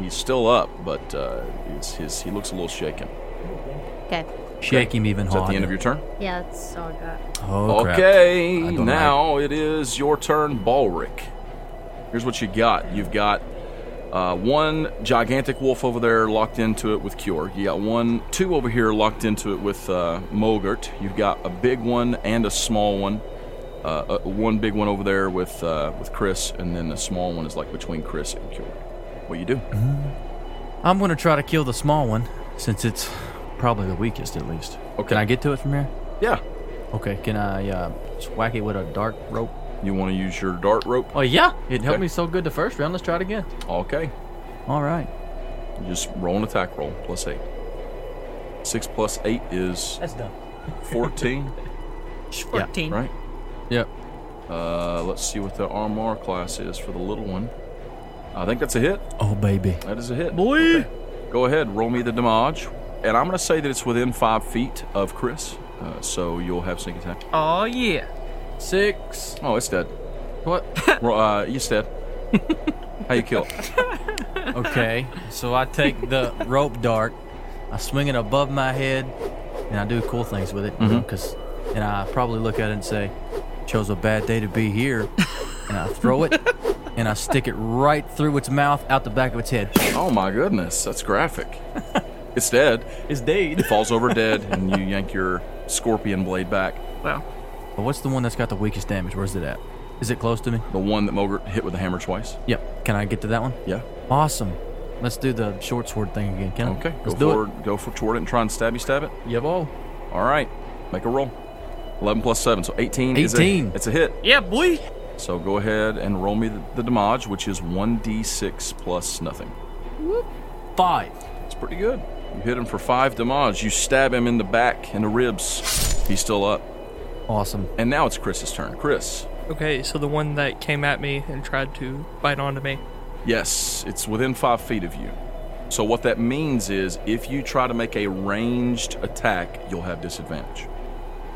[SPEAKER 2] He's still up, but uh, his, his, he looks a little shaken.
[SPEAKER 3] Okay.
[SPEAKER 4] Shake him even
[SPEAKER 2] Is that
[SPEAKER 4] harder.
[SPEAKER 2] the end of your turn?
[SPEAKER 3] Yeah, that's all I got.
[SPEAKER 4] Oh, crap.
[SPEAKER 2] okay.
[SPEAKER 4] I don't
[SPEAKER 2] Now it is your turn, Balric. Here's what you got. You've got uh, one gigantic wolf over there locked into it with Kjorg. You got one, two over here locked into it with uh, Mogert. You've got a big one and a small one. Uh, uh, one big one over there with uh, with Chris, and then the small one is like between Chris and Kjorg. What you do?
[SPEAKER 4] Mm-hmm. I'm gonna try to kill the small one since it's probably the weakest at least.
[SPEAKER 2] Okay.
[SPEAKER 4] Can I get to it from here?
[SPEAKER 2] Yeah.
[SPEAKER 4] Okay. Can I uh, just whack it with a dart rope?
[SPEAKER 2] You want to use your dart rope?
[SPEAKER 4] Oh yeah, it helped
[SPEAKER 2] Okay.
[SPEAKER 4] me so good the first round. Let's try it again.
[SPEAKER 2] Okay.
[SPEAKER 4] All right.
[SPEAKER 2] You just roll an attack roll plus eight. Six plus eight is
[SPEAKER 4] That's done.
[SPEAKER 2] 14,
[SPEAKER 1] 14.
[SPEAKER 2] right?
[SPEAKER 4] Yep.
[SPEAKER 2] Uh, let's see what the armor class is for the little one. I think that's a hit.
[SPEAKER 4] Oh baby.
[SPEAKER 2] That is a hit. Boy! Go ahead, roll me the damage. And I'm going to say that it's within five feet of Chris, uh, so you'll have sneak attack.
[SPEAKER 1] Oh yeah.
[SPEAKER 4] Six.
[SPEAKER 2] Oh, it's dead.
[SPEAKER 4] What?
[SPEAKER 2] Ro- uh, it's dead. How you kill it?
[SPEAKER 4] okay. So I take the rope dart, I swing it above my head, and I do cool things with it.
[SPEAKER 2] Mm-hmm.
[SPEAKER 4] Cause, and I probably look at it and say, "Chose a bad day to be here," and I throw it. And I stick it right through its mouth, out the back of its head.
[SPEAKER 2] Oh my goodness, that's graphic. It's dead.
[SPEAKER 4] It's dead.
[SPEAKER 2] It falls over dead, and you yank your scorpion blade back.
[SPEAKER 1] Well,
[SPEAKER 4] But what's the one that's got the weakest damage? Where's it at? Is it close to me?
[SPEAKER 2] The one that Mogert hit with the hammer twice.
[SPEAKER 4] Yep. Can I get to that one?
[SPEAKER 2] Yeah.
[SPEAKER 4] Awesome. Let's do the short sword thing again. Can I?
[SPEAKER 2] Okay. Go
[SPEAKER 4] Let's do
[SPEAKER 2] forward. Go for toward it and try and stabby stab it.
[SPEAKER 4] it. Yabo.
[SPEAKER 2] All right. Make a roll. 11 plus 7, so 18. Is a,
[SPEAKER 4] 18.
[SPEAKER 2] it's a hit.
[SPEAKER 1] Yeah, boy.
[SPEAKER 2] So go ahead and roll me the, the damage, which is 1d6 plus nothing.
[SPEAKER 4] Five.
[SPEAKER 2] It's pretty good. You hit him for 5 damage. You stab him in the back and the ribs. He's still up.
[SPEAKER 4] Awesome.
[SPEAKER 2] And now it's Chris's turn. Chris.
[SPEAKER 5] Okay, so the one that came at me and tried to bite onto me.
[SPEAKER 2] Yes, it's within five feet of you. So what that means is if you try to make a ranged attack, you'll have disadvantage.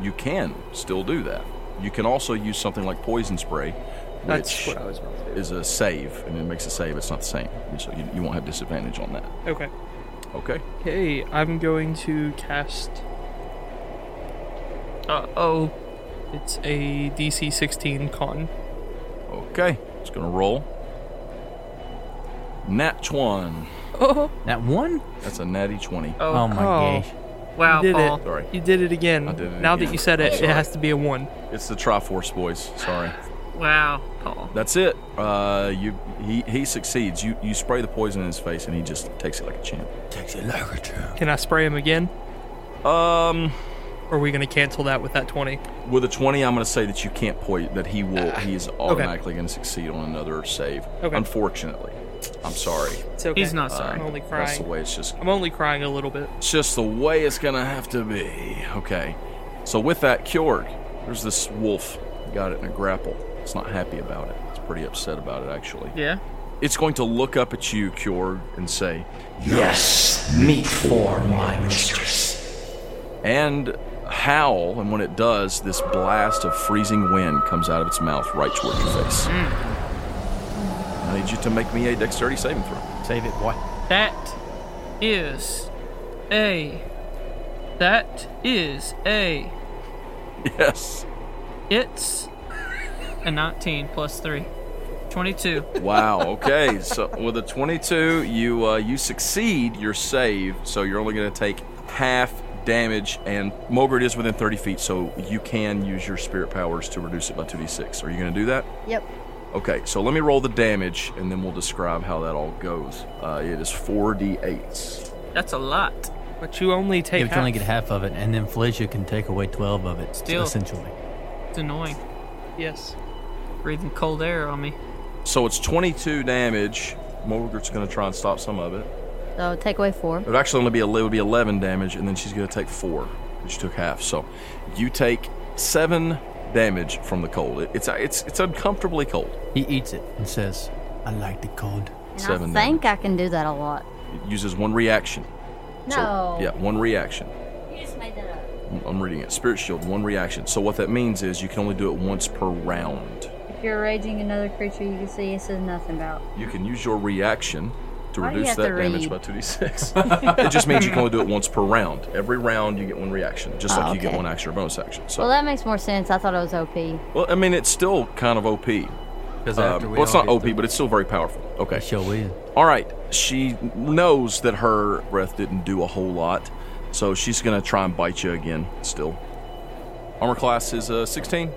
[SPEAKER 2] You can still do that. You can also use something like poison spray, which
[SPEAKER 5] That's what I was about to do.
[SPEAKER 2] is a save, and it makes a save. It's not the same, so you, you won't have disadvantage on that.
[SPEAKER 5] Okay.
[SPEAKER 2] Okay.
[SPEAKER 5] Okay, I'm going to cast.
[SPEAKER 1] Uh oh.
[SPEAKER 5] It's a DC 16 con.
[SPEAKER 2] Okay. It's gonna roll. Nat one.
[SPEAKER 4] That one?
[SPEAKER 2] That's a natty twenty.
[SPEAKER 1] Oh,
[SPEAKER 4] Oh my
[SPEAKER 5] Oh.
[SPEAKER 4] gosh.
[SPEAKER 1] wow,
[SPEAKER 5] did
[SPEAKER 1] Paul.
[SPEAKER 5] it.
[SPEAKER 2] Sorry,
[SPEAKER 5] You did it again.
[SPEAKER 2] I did it
[SPEAKER 5] now
[SPEAKER 2] again.
[SPEAKER 5] that you said
[SPEAKER 2] I'm
[SPEAKER 5] it, it
[SPEAKER 2] sorry.
[SPEAKER 5] has to be a one.
[SPEAKER 2] it's the Triforce boys. Sorry.
[SPEAKER 1] Wow, Paul.
[SPEAKER 2] That's it. Uh, you he, he succeeds. You you spray the poison in his face, and he just takes it like a champ.
[SPEAKER 5] Can I spray him again?
[SPEAKER 2] Um,
[SPEAKER 5] Or are we going to cancel that with that 20?
[SPEAKER 2] with a twenty, I'm going to say that you can't point that he will. He is automatically going to succeed on another save.
[SPEAKER 5] Ah, Okay.
[SPEAKER 2] Unfortunately, I'm sorry.
[SPEAKER 5] It's okay.
[SPEAKER 1] He's not sorry.
[SPEAKER 5] I'm only
[SPEAKER 2] Uh, That's the
[SPEAKER 5] crying.
[SPEAKER 2] way it's just.
[SPEAKER 5] I'm only crying a little bit.
[SPEAKER 2] It's just the way it's going to have to be. Okay. So with that, cured. There's this wolf. Got it in a grapple. It's not happy about it. It's pretty upset about it actually.
[SPEAKER 1] Yeah.
[SPEAKER 2] It's going to look up at you, cured, and say,
[SPEAKER 7] Yes, meat for my mistress.
[SPEAKER 2] and howl. And when it does, this blast of freezing wind comes out of its mouth right toward your face.
[SPEAKER 7] Hmm.
[SPEAKER 2] I need you to make me a dexterity saving throw.
[SPEAKER 4] Save it, boy.
[SPEAKER 1] That is a. That is a.
[SPEAKER 2] Yes.
[SPEAKER 1] It's a 19 plus 3. 22.
[SPEAKER 2] Wow. Okay. so with a 22, you uh, you succeed your save, so you're only going to take half damage. And Mogert is within 30 feet, so you can use your spirit powers to reduce it by 2d6. Are you going to do that?
[SPEAKER 3] Yep.
[SPEAKER 2] Okay, so let me roll the damage, and then we'll describe how that all goes. Uh, it is 4d8s.
[SPEAKER 1] That's a lot.
[SPEAKER 5] But you only
[SPEAKER 4] Yeah,
[SPEAKER 5] take
[SPEAKER 4] we can only get half of it, and then Felicia can take away 12 of it,
[SPEAKER 1] Still.
[SPEAKER 4] essentially.
[SPEAKER 1] It's annoying.
[SPEAKER 5] Yes.
[SPEAKER 1] Breathing cold air on me.
[SPEAKER 2] So it's 22 damage. Morgert's going to try and stop some of it.
[SPEAKER 3] So take away four.
[SPEAKER 2] It would actually only be, ele- it would be 11 damage, and then she's going to take four. She took half. So you take seven damage from the cold. It, it's, it's, it's uncomfortably cold.
[SPEAKER 4] He eats it and says, I like the cold.
[SPEAKER 3] And
[SPEAKER 2] Seven
[SPEAKER 3] I think I can do that a lot.
[SPEAKER 2] It uses one reaction. So-
[SPEAKER 3] No.
[SPEAKER 2] yeah, one reaction.
[SPEAKER 3] You just made that up.
[SPEAKER 2] I'm- I'm reading it. Spirit Shield, one reaction. So what that means is you can only do it once per round.
[SPEAKER 3] If you're raging another creature you can see, it says nothing about.
[SPEAKER 2] You can use your reaction to
[SPEAKER 3] Why do you
[SPEAKER 2] reduce
[SPEAKER 3] have
[SPEAKER 2] that
[SPEAKER 3] to
[SPEAKER 2] damage
[SPEAKER 3] read?
[SPEAKER 2] by 2d6. it just means you can only do it once per round. Every round you get one reaction, just
[SPEAKER 3] Oh,
[SPEAKER 2] like you get
[SPEAKER 3] okay.
[SPEAKER 2] one action or bonus action. So
[SPEAKER 3] Well, that makes more sense. I thought it was OP.
[SPEAKER 2] Well, I mean, it's still kind of OP.
[SPEAKER 4] Because
[SPEAKER 2] Um, well, it's not OP, but it's still very powerful. Okay.
[SPEAKER 4] Show in.
[SPEAKER 2] All right. She knows that her breath didn't do a whole lot, so she's going to try and bite you again still. Armor class is uh, 16.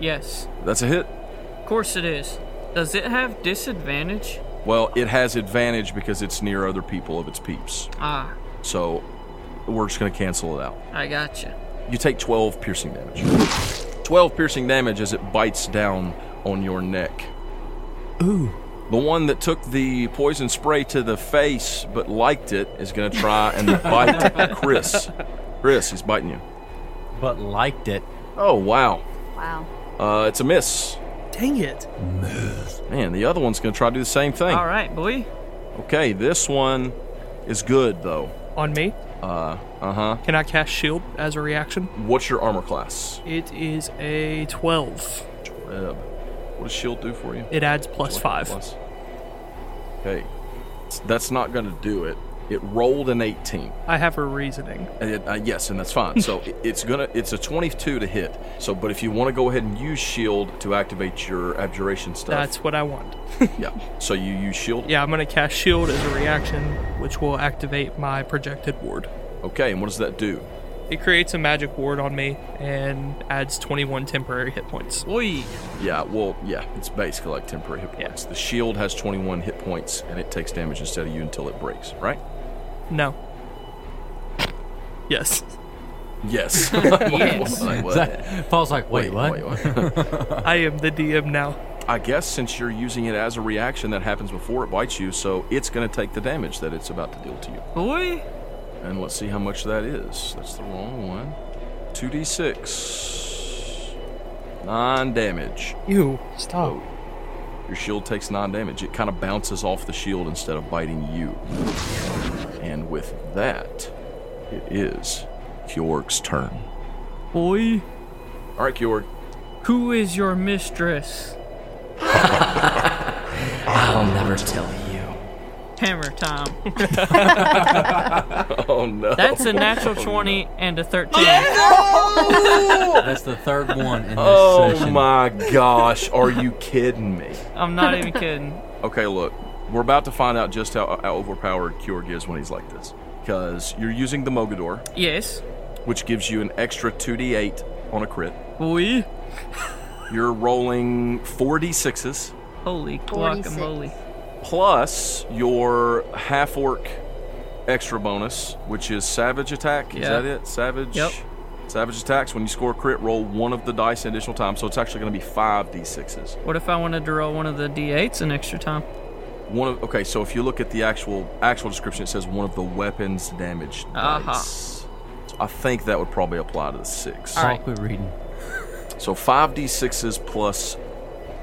[SPEAKER 1] Yes.
[SPEAKER 2] That's a hit.
[SPEAKER 1] Of course it is. Does it have disadvantage?
[SPEAKER 2] Well, it has advantage because it's near other people of its peeps.
[SPEAKER 1] Ah,
[SPEAKER 2] So we're just going to cancel it out.
[SPEAKER 1] I gotcha.
[SPEAKER 2] You take 12 piercing damage. 12 piercing damage as it bites down on your neck.
[SPEAKER 4] Ooh.
[SPEAKER 2] The one that took the poison spray to the face but liked it is going to try and bite Chris. Chris, he's biting you.
[SPEAKER 4] But liked it.
[SPEAKER 2] Oh, wow.
[SPEAKER 3] Wow.
[SPEAKER 2] Uh, it's a miss.
[SPEAKER 5] Dang it.
[SPEAKER 2] Man, the other one's going to try to do the same thing.
[SPEAKER 1] All right, boy.
[SPEAKER 2] Okay, this one is good, though.
[SPEAKER 5] On me?
[SPEAKER 2] Uh huh.
[SPEAKER 5] Can I cast shield as a reaction?
[SPEAKER 2] What's your armor class?
[SPEAKER 5] It is a 12.
[SPEAKER 2] Twelve. What does shield E do for you?
[SPEAKER 5] It adds plus
[SPEAKER 2] Plus-
[SPEAKER 5] 5.
[SPEAKER 2] plus. Okay. S- That's not going to do it. It rolled an 18.
[SPEAKER 5] I have a reasoning.
[SPEAKER 2] And it- uh, yes, and that's fine. So it- it's gonna it's a 22 to hit. So, but if you want to go ahead and use shield to activate your abjuration stuff,
[SPEAKER 5] That's what I want.
[SPEAKER 2] yeah. So you use shield.
[SPEAKER 5] yeah, I'm going to cast shield as a reaction, which will activate my projected ward.
[SPEAKER 2] Okay. And what does that do?
[SPEAKER 5] It creates a magic ward on me and adds 21 temporary hit points.
[SPEAKER 1] Oi!
[SPEAKER 2] Yeah, well, yeah, it's basically like temporary hit
[SPEAKER 5] Yeah.
[SPEAKER 2] points. The shield has 21 hit points and it takes damage instead of you until it breaks, right?
[SPEAKER 5] No. Yes.
[SPEAKER 2] Yes. Like,
[SPEAKER 1] Yes.
[SPEAKER 2] what? Like, what?
[SPEAKER 4] Paul's like, wait, what?
[SPEAKER 2] what?
[SPEAKER 5] I am the DM now.
[SPEAKER 2] I guess since you're using it as a reaction that happens before it bites you, so it's going to take the damage that it's about to deal to you.
[SPEAKER 1] Oi!
[SPEAKER 2] And let's see how much that is. That's the wrong one. 2d6. 9 damage.
[SPEAKER 5] You stop.
[SPEAKER 2] Your shield takes 9 damage. It kind of bounces off the shield instead of biting you. And with that, it is Kjorg's turn.
[SPEAKER 1] Oi!
[SPEAKER 2] All right, Kjorg.
[SPEAKER 1] Who is your mistress?
[SPEAKER 7] I'll never tell you.
[SPEAKER 1] Hammer time.
[SPEAKER 2] Oh, no.
[SPEAKER 1] That's a natural 20 and a 13.
[SPEAKER 4] That's the third one in this
[SPEAKER 2] Oh,
[SPEAKER 4] session.
[SPEAKER 2] my gosh. Are you kidding me?
[SPEAKER 1] I'm not even kidding.
[SPEAKER 2] Okay, look, we're about to find out just how, how overpowered Kjorg is when he's like this. Because you're using the Mogador,
[SPEAKER 1] Yes.
[SPEAKER 2] which gives you an extra 2d8 on a crit.
[SPEAKER 1] Oi!
[SPEAKER 2] You're rolling 4d6s,
[SPEAKER 1] Holy
[SPEAKER 3] 46.
[SPEAKER 1] guacamole.
[SPEAKER 2] plus your half orc extra bonus, which is Savage Attack. Is
[SPEAKER 1] Yeah.
[SPEAKER 2] that it? Savage?
[SPEAKER 1] Yep.
[SPEAKER 2] Savage attacks, when you score a crit, roll one of the dice an additional time. So it's actually going to be five d6s.
[SPEAKER 1] What if I wanted to roll one of the d8s an extra time?
[SPEAKER 2] One of okay, so if you look at the actual actual description, it says one of the weapons damage
[SPEAKER 1] Uh-huh.
[SPEAKER 2] dice. So I think that would probably apply to the six.
[SPEAKER 1] All right.
[SPEAKER 4] Fuck, we're reading.
[SPEAKER 2] So five d sixes plus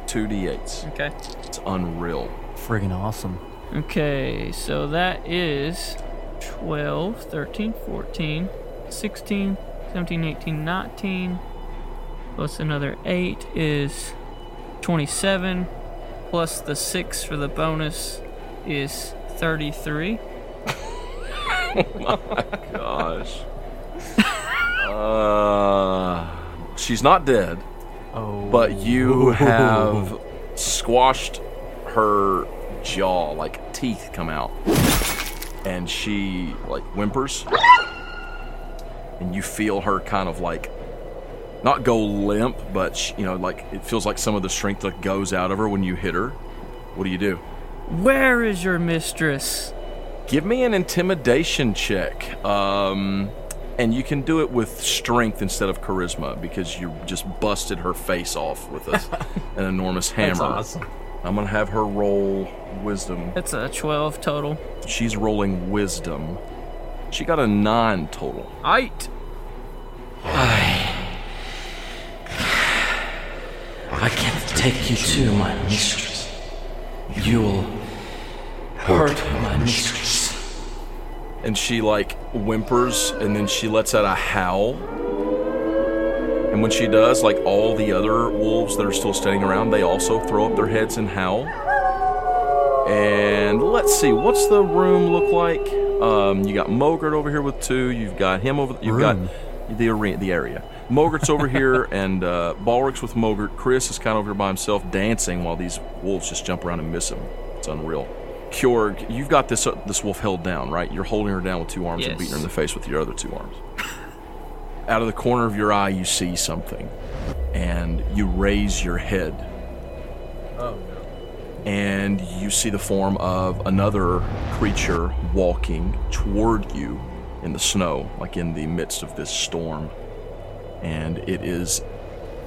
[SPEAKER 2] two d eights.
[SPEAKER 1] Okay.
[SPEAKER 2] It's unreal.
[SPEAKER 4] Friggin' awesome.
[SPEAKER 1] Okay, so that is 12, 13, 14, 16, 17, 18, 19, plus another 8 is 27, plus the 6 for the bonus is 33.
[SPEAKER 2] Gosh. uh, she's not dead,
[SPEAKER 4] Oh.
[SPEAKER 2] but you have squashed her jaw, like teeth come out, and she like whimpers, and you feel her kind of like. Not go limp, but sh you know, like it feels like some of the strength that goes out of her when you hit her. What do you do?
[SPEAKER 1] Where is your mistress?
[SPEAKER 2] Give me an intimidation check. Um, and you can do it with strength instead of charisma because you just busted her face off with a, an enormous hammer.
[SPEAKER 4] That's awesome.
[SPEAKER 2] I'm going to have her roll wisdom.
[SPEAKER 1] That's a 12 total.
[SPEAKER 2] She's rolling wisdom. She got a nine total.
[SPEAKER 1] Eight!
[SPEAKER 7] I can't take you to my mistress. You'll hurt my mistress.
[SPEAKER 2] And she like whimpers and then she lets out a howl. And when she does, like all the other wolves that are still standing around, they also throw up their heads and howl. And let's see, what's the room look like? Um, you got Mogart over here with two. You've got him over. You've
[SPEAKER 4] Room.
[SPEAKER 2] got the arena, the area. Mogart's over here, and uh, Balric's with Mogart. Chris is kind of over here by himself, dancing while these wolves just jump around and miss him. It's unreal. Kjorg, you've got this uh, this wolf held down, right? You're holding her down with two arms and
[SPEAKER 1] Yes.
[SPEAKER 2] beating her in the face with your other two arms. Out of the corner of your eye, you see something, and you raise your head and you see the form of another creature walking toward you in the snow, like in the midst of this storm. And it is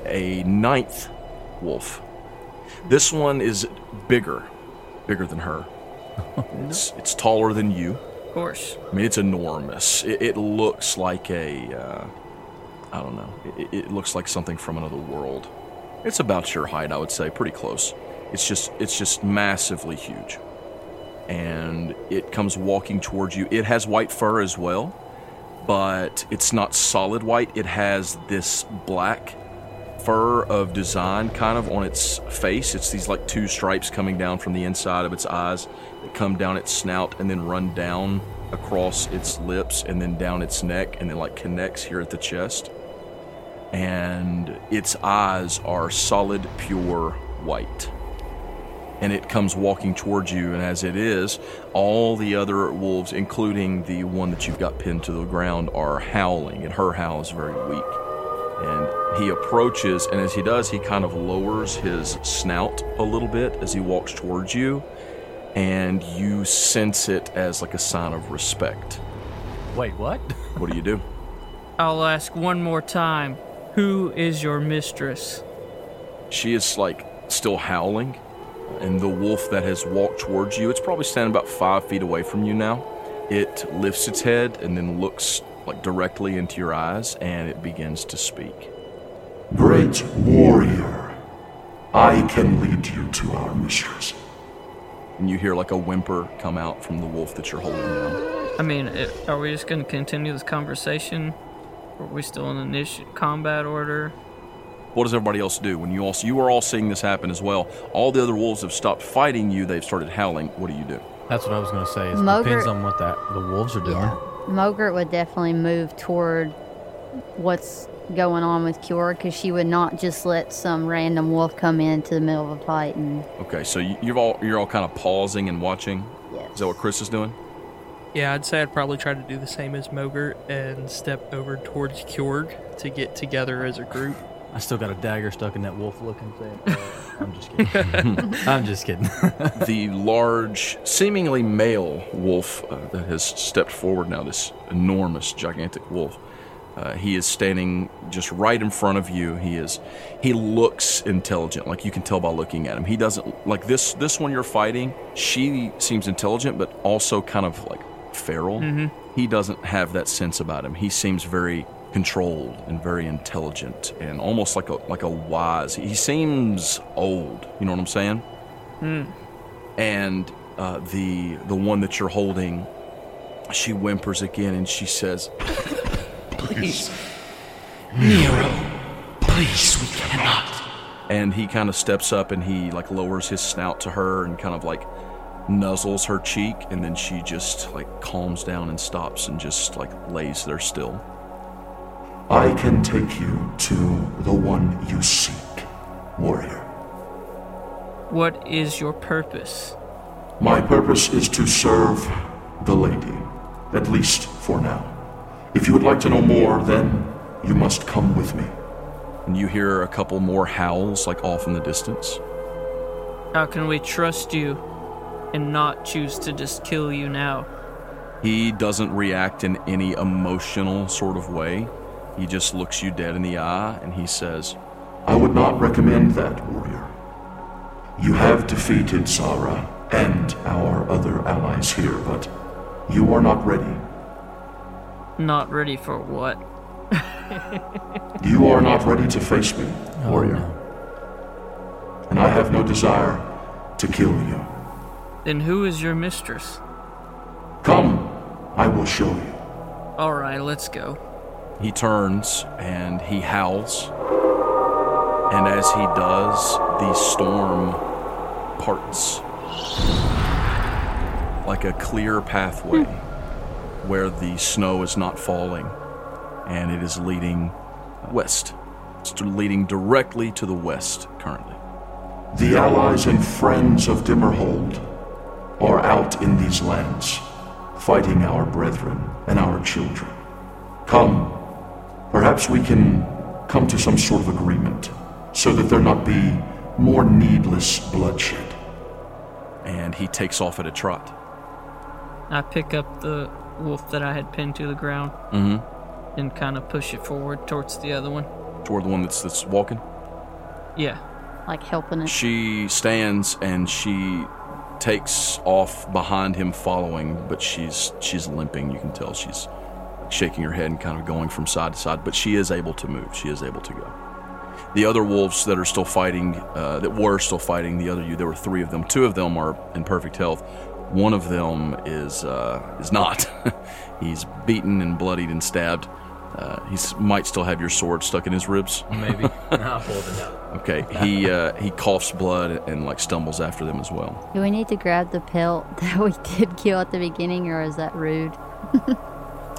[SPEAKER 2] a ninth wolf. This one is bigger, bigger than her. It's, it's taller than you.
[SPEAKER 1] Of course.
[SPEAKER 2] I mean, it's enormous. It, it looks like a, uh, I don't know. It, it looks like something from another world. It's about your height, I would say, pretty close. It's just, it's just massively huge, and it comes walking towards you. It has white fur as well, but it's not solid white. It has this black fur of design kind of on its face. It's these like two stripes coming down from the inside of its eyes that come down its snout and then run down across its lips and then down its neck and then like connects here at the chest. And its eyes are solid, pure white. and it comes walking towards you. And as it is, all the other wolves, including the one that you've got pinned to the ground, are howling, and her howl is very weak. And he approaches, and as he does, he kind of lowers his snout a little bit as he walks towards you, and you sense it as like a sign of respect.
[SPEAKER 4] Wait, what?
[SPEAKER 2] What do you do?
[SPEAKER 1] I'll ask one more time Who is your mistress?
[SPEAKER 2] She is like still howling, and the wolf that has walked towards you, it's probably standing about five feet away from you now. It lifts its head and then looks like directly into your eyes and it begins to speak.
[SPEAKER 6] Great warrior, I can lead you to our mistress.
[SPEAKER 2] And you hear like a whimper come out from the wolf that you're holding down.
[SPEAKER 1] I mean, it, are we just going to continue this conversation? Are we still in initial combat order?
[SPEAKER 2] What does everybody else do when you all you are all seeing this happen as well? All the other wolves have stopped fighting you; they've started howling. What do you do?
[SPEAKER 4] That's what I was gonna say. It
[SPEAKER 3] Moger-
[SPEAKER 4] depends on what that the wolves are doing.
[SPEAKER 3] Yeah. Mogert would definitely move toward what's going on with Kiora because she would not just let some random wolf come into the middle of a fight and.
[SPEAKER 2] Okay, so you, you've all you're all kind of pausing and watching. Is that what Chris is doing?
[SPEAKER 5] Yeah, I'd say I'd probably try to do the same as Mogert and step over towards Kjorg to get together as a group.
[SPEAKER 4] I still got a dagger stuck in that wolf looking thing. Uh, I'm just kidding. I'm just kidding.
[SPEAKER 2] the large, seemingly male wolf uh, that has stepped forward now, this enormous, gigantic wolf. Uh, he is standing just right in front of you. He is he looks intelligent, like you can tell by looking at him. He doesn't like this this one you're fighting. She seems intelligent, but also kind of like feral. He doesn't have that sense about him. He seems very controlled and very intelligent and almost like a like a wise. He seems old. You know what I'm saying? and uh, the the one that you're holding, she whimpers again and she says,
[SPEAKER 7] Please. Nero, please, we cannot.
[SPEAKER 2] and he kind of steps up and he like lowers his snout to her and kind of like nuzzles her cheek, and then she just like calms down and stops and just like lays there still.
[SPEAKER 6] I can take you to the one you seek, warrior.
[SPEAKER 1] What is your purpose?
[SPEAKER 6] My purpose is to serve the lady, at least for now. If you would like to know more, then you must come with me.
[SPEAKER 2] And you hear a couple more howls like off in the distance.
[SPEAKER 1] How can we trust you and not choose to just kill you now?
[SPEAKER 2] He doesn't react in any emotional sort of way. He just looks you dead in the eye and he says,
[SPEAKER 6] I would not recommend that, warrior. You have defeated Zara and our other allies here, but you are not ready.
[SPEAKER 1] Not ready for what?
[SPEAKER 6] You are not ready to face me, warrior. And I have no desire to kill you.
[SPEAKER 1] Then who is your mistress?
[SPEAKER 6] Come, I will show you.
[SPEAKER 1] All right, let's go.
[SPEAKER 2] He turns and he howls. And as he does, the storm parts like a clear pathway where the snow is not falling and it is leading west. It's leading directly to the west currently.
[SPEAKER 6] The allies and friends of Dimmerhold are out in these lands, fighting our brethren and our children. Come, perhaps we can come to some sort of agreement so that there not be more needless bloodshed.
[SPEAKER 2] And he takes off at a trot.
[SPEAKER 1] I pick up the wolf that I had pinned to the ground and kind of push it forward towards the other one.
[SPEAKER 2] toward the one that's that's walking.
[SPEAKER 1] Yeah.
[SPEAKER 3] Like helping it.
[SPEAKER 2] She stands and she takes off behind him following, but she's she's limping, you can tell she's shaking her head and kind of going from side to side, but she is able to move. She is able to go. The other wolves that are still fighting, uh, that were still fighting, the other you, there were three of them. Two of them are in perfect health. One of them is uh, is not. he's beaten and bloodied and stabbed. Uh, he might still have your sword stuck in his ribs.
[SPEAKER 4] Maybe. I'll pull it out.
[SPEAKER 2] Okay, he uh, he coughs blood and like stumbles after them as well.
[SPEAKER 3] Do we need to grab the pelt that we did kill at the beginning, or is that rude?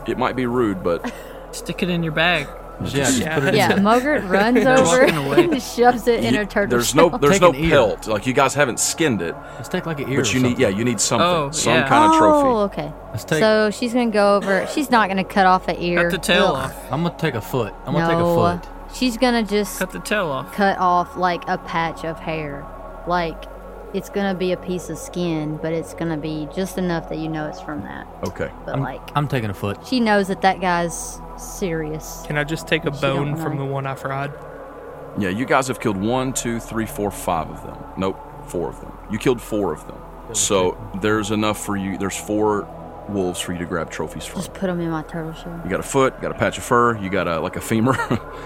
[SPEAKER 2] It might be rude, but
[SPEAKER 1] Stick it in your bag.
[SPEAKER 4] Yeah, just put it
[SPEAKER 5] Yeah.
[SPEAKER 4] in.
[SPEAKER 3] Yeah, Mogart runs over
[SPEAKER 1] walking away.
[SPEAKER 3] and shoves it in
[SPEAKER 2] You-
[SPEAKER 3] her turtle
[SPEAKER 2] there's
[SPEAKER 3] shell.
[SPEAKER 2] no there's
[SPEAKER 4] Take
[SPEAKER 2] no
[SPEAKER 4] an ear.
[SPEAKER 2] pelt. Like you guys haven't skinned it,
[SPEAKER 4] Let's take like an ear.
[SPEAKER 2] but you need yeah you need something,
[SPEAKER 1] Oh,
[SPEAKER 2] some
[SPEAKER 1] yeah.
[SPEAKER 2] kind of
[SPEAKER 3] Oh,
[SPEAKER 2] trophy.
[SPEAKER 3] okay.
[SPEAKER 4] Let's take-
[SPEAKER 3] so she's gonna go over. She's not gonna cut off an ear.
[SPEAKER 1] Cut the tail
[SPEAKER 3] Ugh,
[SPEAKER 1] off.
[SPEAKER 4] I'm gonna take a foot. I'm
[SPEAKER 3] no,
[SPEAKER 4] gonna take a foot.
[SPEAKER 3] she's gonna just
[SPEAKER 1] Cut the tail off.
[SPEAKER 3] cut off like a patch of hair. Like it's gonna be a piece of skin, but it's gonna be just enough that you know it's from that.
[SPEAKER 2] Okay.
[SPEAKER 3] But
[SPEAKER 4] I'm,
[SPEAKER 3] like
[SPEAKER 4] I'm taking a foot.
[SPEAKER 3] she knows that that guy's serious.
[SPEAKER 5] Can I just take a
[SPEAKER 3] She
[SPEAKER 5] bone
[SPEAKER 3] don't
[SPEAKER 5] from
[SPEAKER 3] know.
[SPEAKER 5] the one I fried?
[SPEAKER 2] Yeah, you guys have killed one, two, three, four, five of them. Nope, four of them. You killed four of them. So there's enough for you. There's four wolves for you to grab trophies from.
[SPEAKER 3] Just put him in my turtle shell.
[SPEAKER 2] You got a foot, you got a patch of fur, you got a like a femur,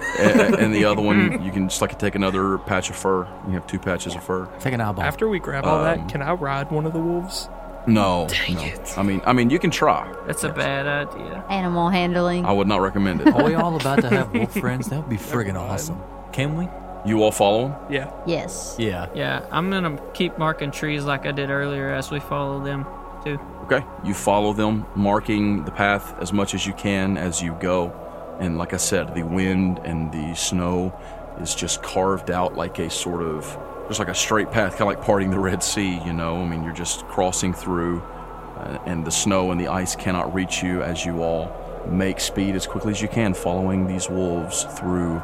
[SPEAKER 2] and, and the other one you can just like take another patch of fur. You have two patches of fur.
[SPEAKER 4] Take an eyeball.
[SPEAKER 5] After we grab all
[SPEAKER 2] Um.
[SPEAKER 5] that, can I ride one of the wolves?
[SPEAKER 2] No, no. I mean, I mean, you can try.
[SPEAKER 1] That's a bad idea.
[SPEAKER 3] Animal handling.
[SPEAKER 2] I would not recommend it.
[SPEAKER 4] Are we all about to have wolf friends? That would be friggin' awesome. Can we?
[SPEAKER 2] You all follow him.
[SPEAKER 5] Yeah.
[SPEAKER 3] Yes.
[SPEAKER 4] Yeah.
[SPEAKER 1] Yeah, I'm gonna keep marking trees like I did earlier as we follow them too.
[SPEAKER 2] Okay. You follow them, marking the path as much as you can as you go. And like I said, the wind and the snow is just carved out like a sort of, just like a straight path, kind of like parting the Red Sea, you know? I mean, you're just crossing through, uh, and the snow and the ice cannot reach you as you all make speed as quickly as you can, following these wolves through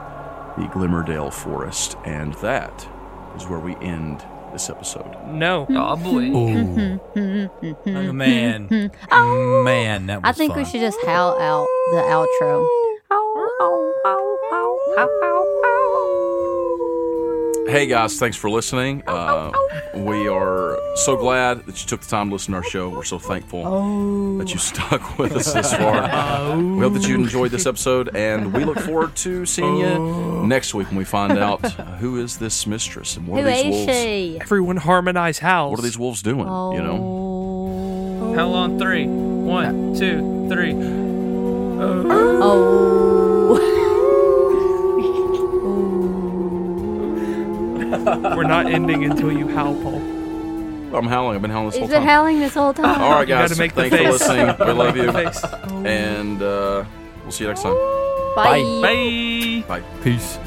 [SPEAKER 2] the Glimmerdale Forest. And that is where we end this episode.
[SPEAKER 5] No.
[SPEAKER 1] Oh boy.
[SPEAKER 4] Oh, man. man, that was
[SPEAKER 3] Oh. I think we
[SPEAKER 4] fun.
[SPEAKER 3] should just howl out the outro.
[SPEAKER 2] Hey guys, thanks for listening.
[SPEAKER 3] Oh,
[SPEAKER 2] Uh, we are so glad that you took the time to listen to our show. We're so thankful
[SPEAKER 3] Oh.
[SPEAKER 2] that you stuck with us this far. we hope that you enjoyed this episode, and we look forward to seeing
[SPEAKER 3] Oh.
[SPEAKER 2] you next week when we find out uh, who is this mistress and what
[SPEAKER 3] Who
[SPEAKER 2] are these
[SPEAKER 3] is
[SPEAKER 2] wolves.
[SPEAKER 3] she?
[SPEAKER 5] Everyone harmonize howls.
[SPEAKER 2] What are these wolves doing? You know.
[SPEAKER 1] How long? Three. One, two, three.
[SPEAKER 4] Oh.
[SPEAKER 5] Oh. We're not ending until you howl, Paul.
[SPEAKER 2] I'm howling. I've been howling this
[SPEAKER 3] He's
[SPEAKER 2] whole
[SPEAKER 3] been
[SPEAKER 2] time.
[SPEAKER 3] Oh. howling this whole time.
[SPEAKER 2] All right,
[SPEAKER 5] You
[SPEAKER 2] guys.
[SPEAKER 5] gotta make the
[SPEAKER 2] Thanks for
[SPEAKER 5] face.
[SPEAKER 2] listening. We love you,
[SPEAKER 5] Thanks.
[SPEAKER 2] and uh, we'll see you next time.
[SPEAKER 3] Oh. Bye.
[SPEAKER 1] Bye.
[SPEAKER 2] Bye.
[SPEAKER 4] Peace.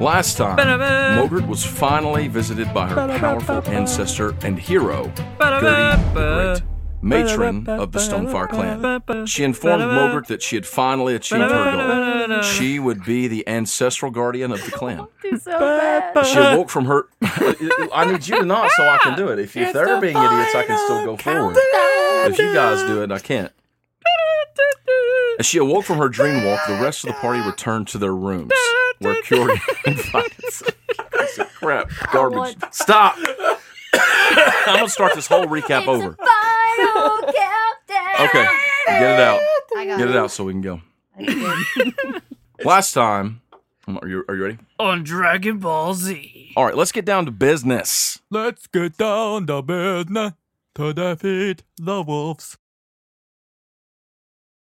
[SPEAKER 2] Last time,
[SPEAKER 1] Ba-da-ba.
[SPEAKER 2] Mogart was finally visited by her powerful ancestor and hero, Gertie
[SPEAKER 1] Ba-da-ba-ba.
[SPEAKER 2] the Great, matron of the Stonefire clan. She informed Mogart that she had finally achieved her goal. She would be the ancestral guardian of the clan. She awoke from her. I need you to not, so I can do it. If, if they're being idiots, I can still go forward. If you guys do it, I can't. As she awoke from her dream walk, the rest of the party returned to their rooms, where Kyori invited Piece of crap, garbage.
[SPEAKER 3] want-
[SPEAKER 2] Stop! I'm gonna start this whole recap
[SPEAKER 3] It's a
[SPEAKER 2] over.
[SPEAKER 3] final countdown.
[SPEAKER 2] Okay, get it out.
[SPEAKER 3] I got
[SPEAKER 2] Get it out so we can go.
[SPEAKER 3] it.
[SPEAKER 2] Last time, are you, are you ready?
[SPEAKER 1] On Dragon Ball Z.
[SPEAKER 2] All right, let's get down to business.
[SPEAKER 4] Let's get down to business to defeat the wolves.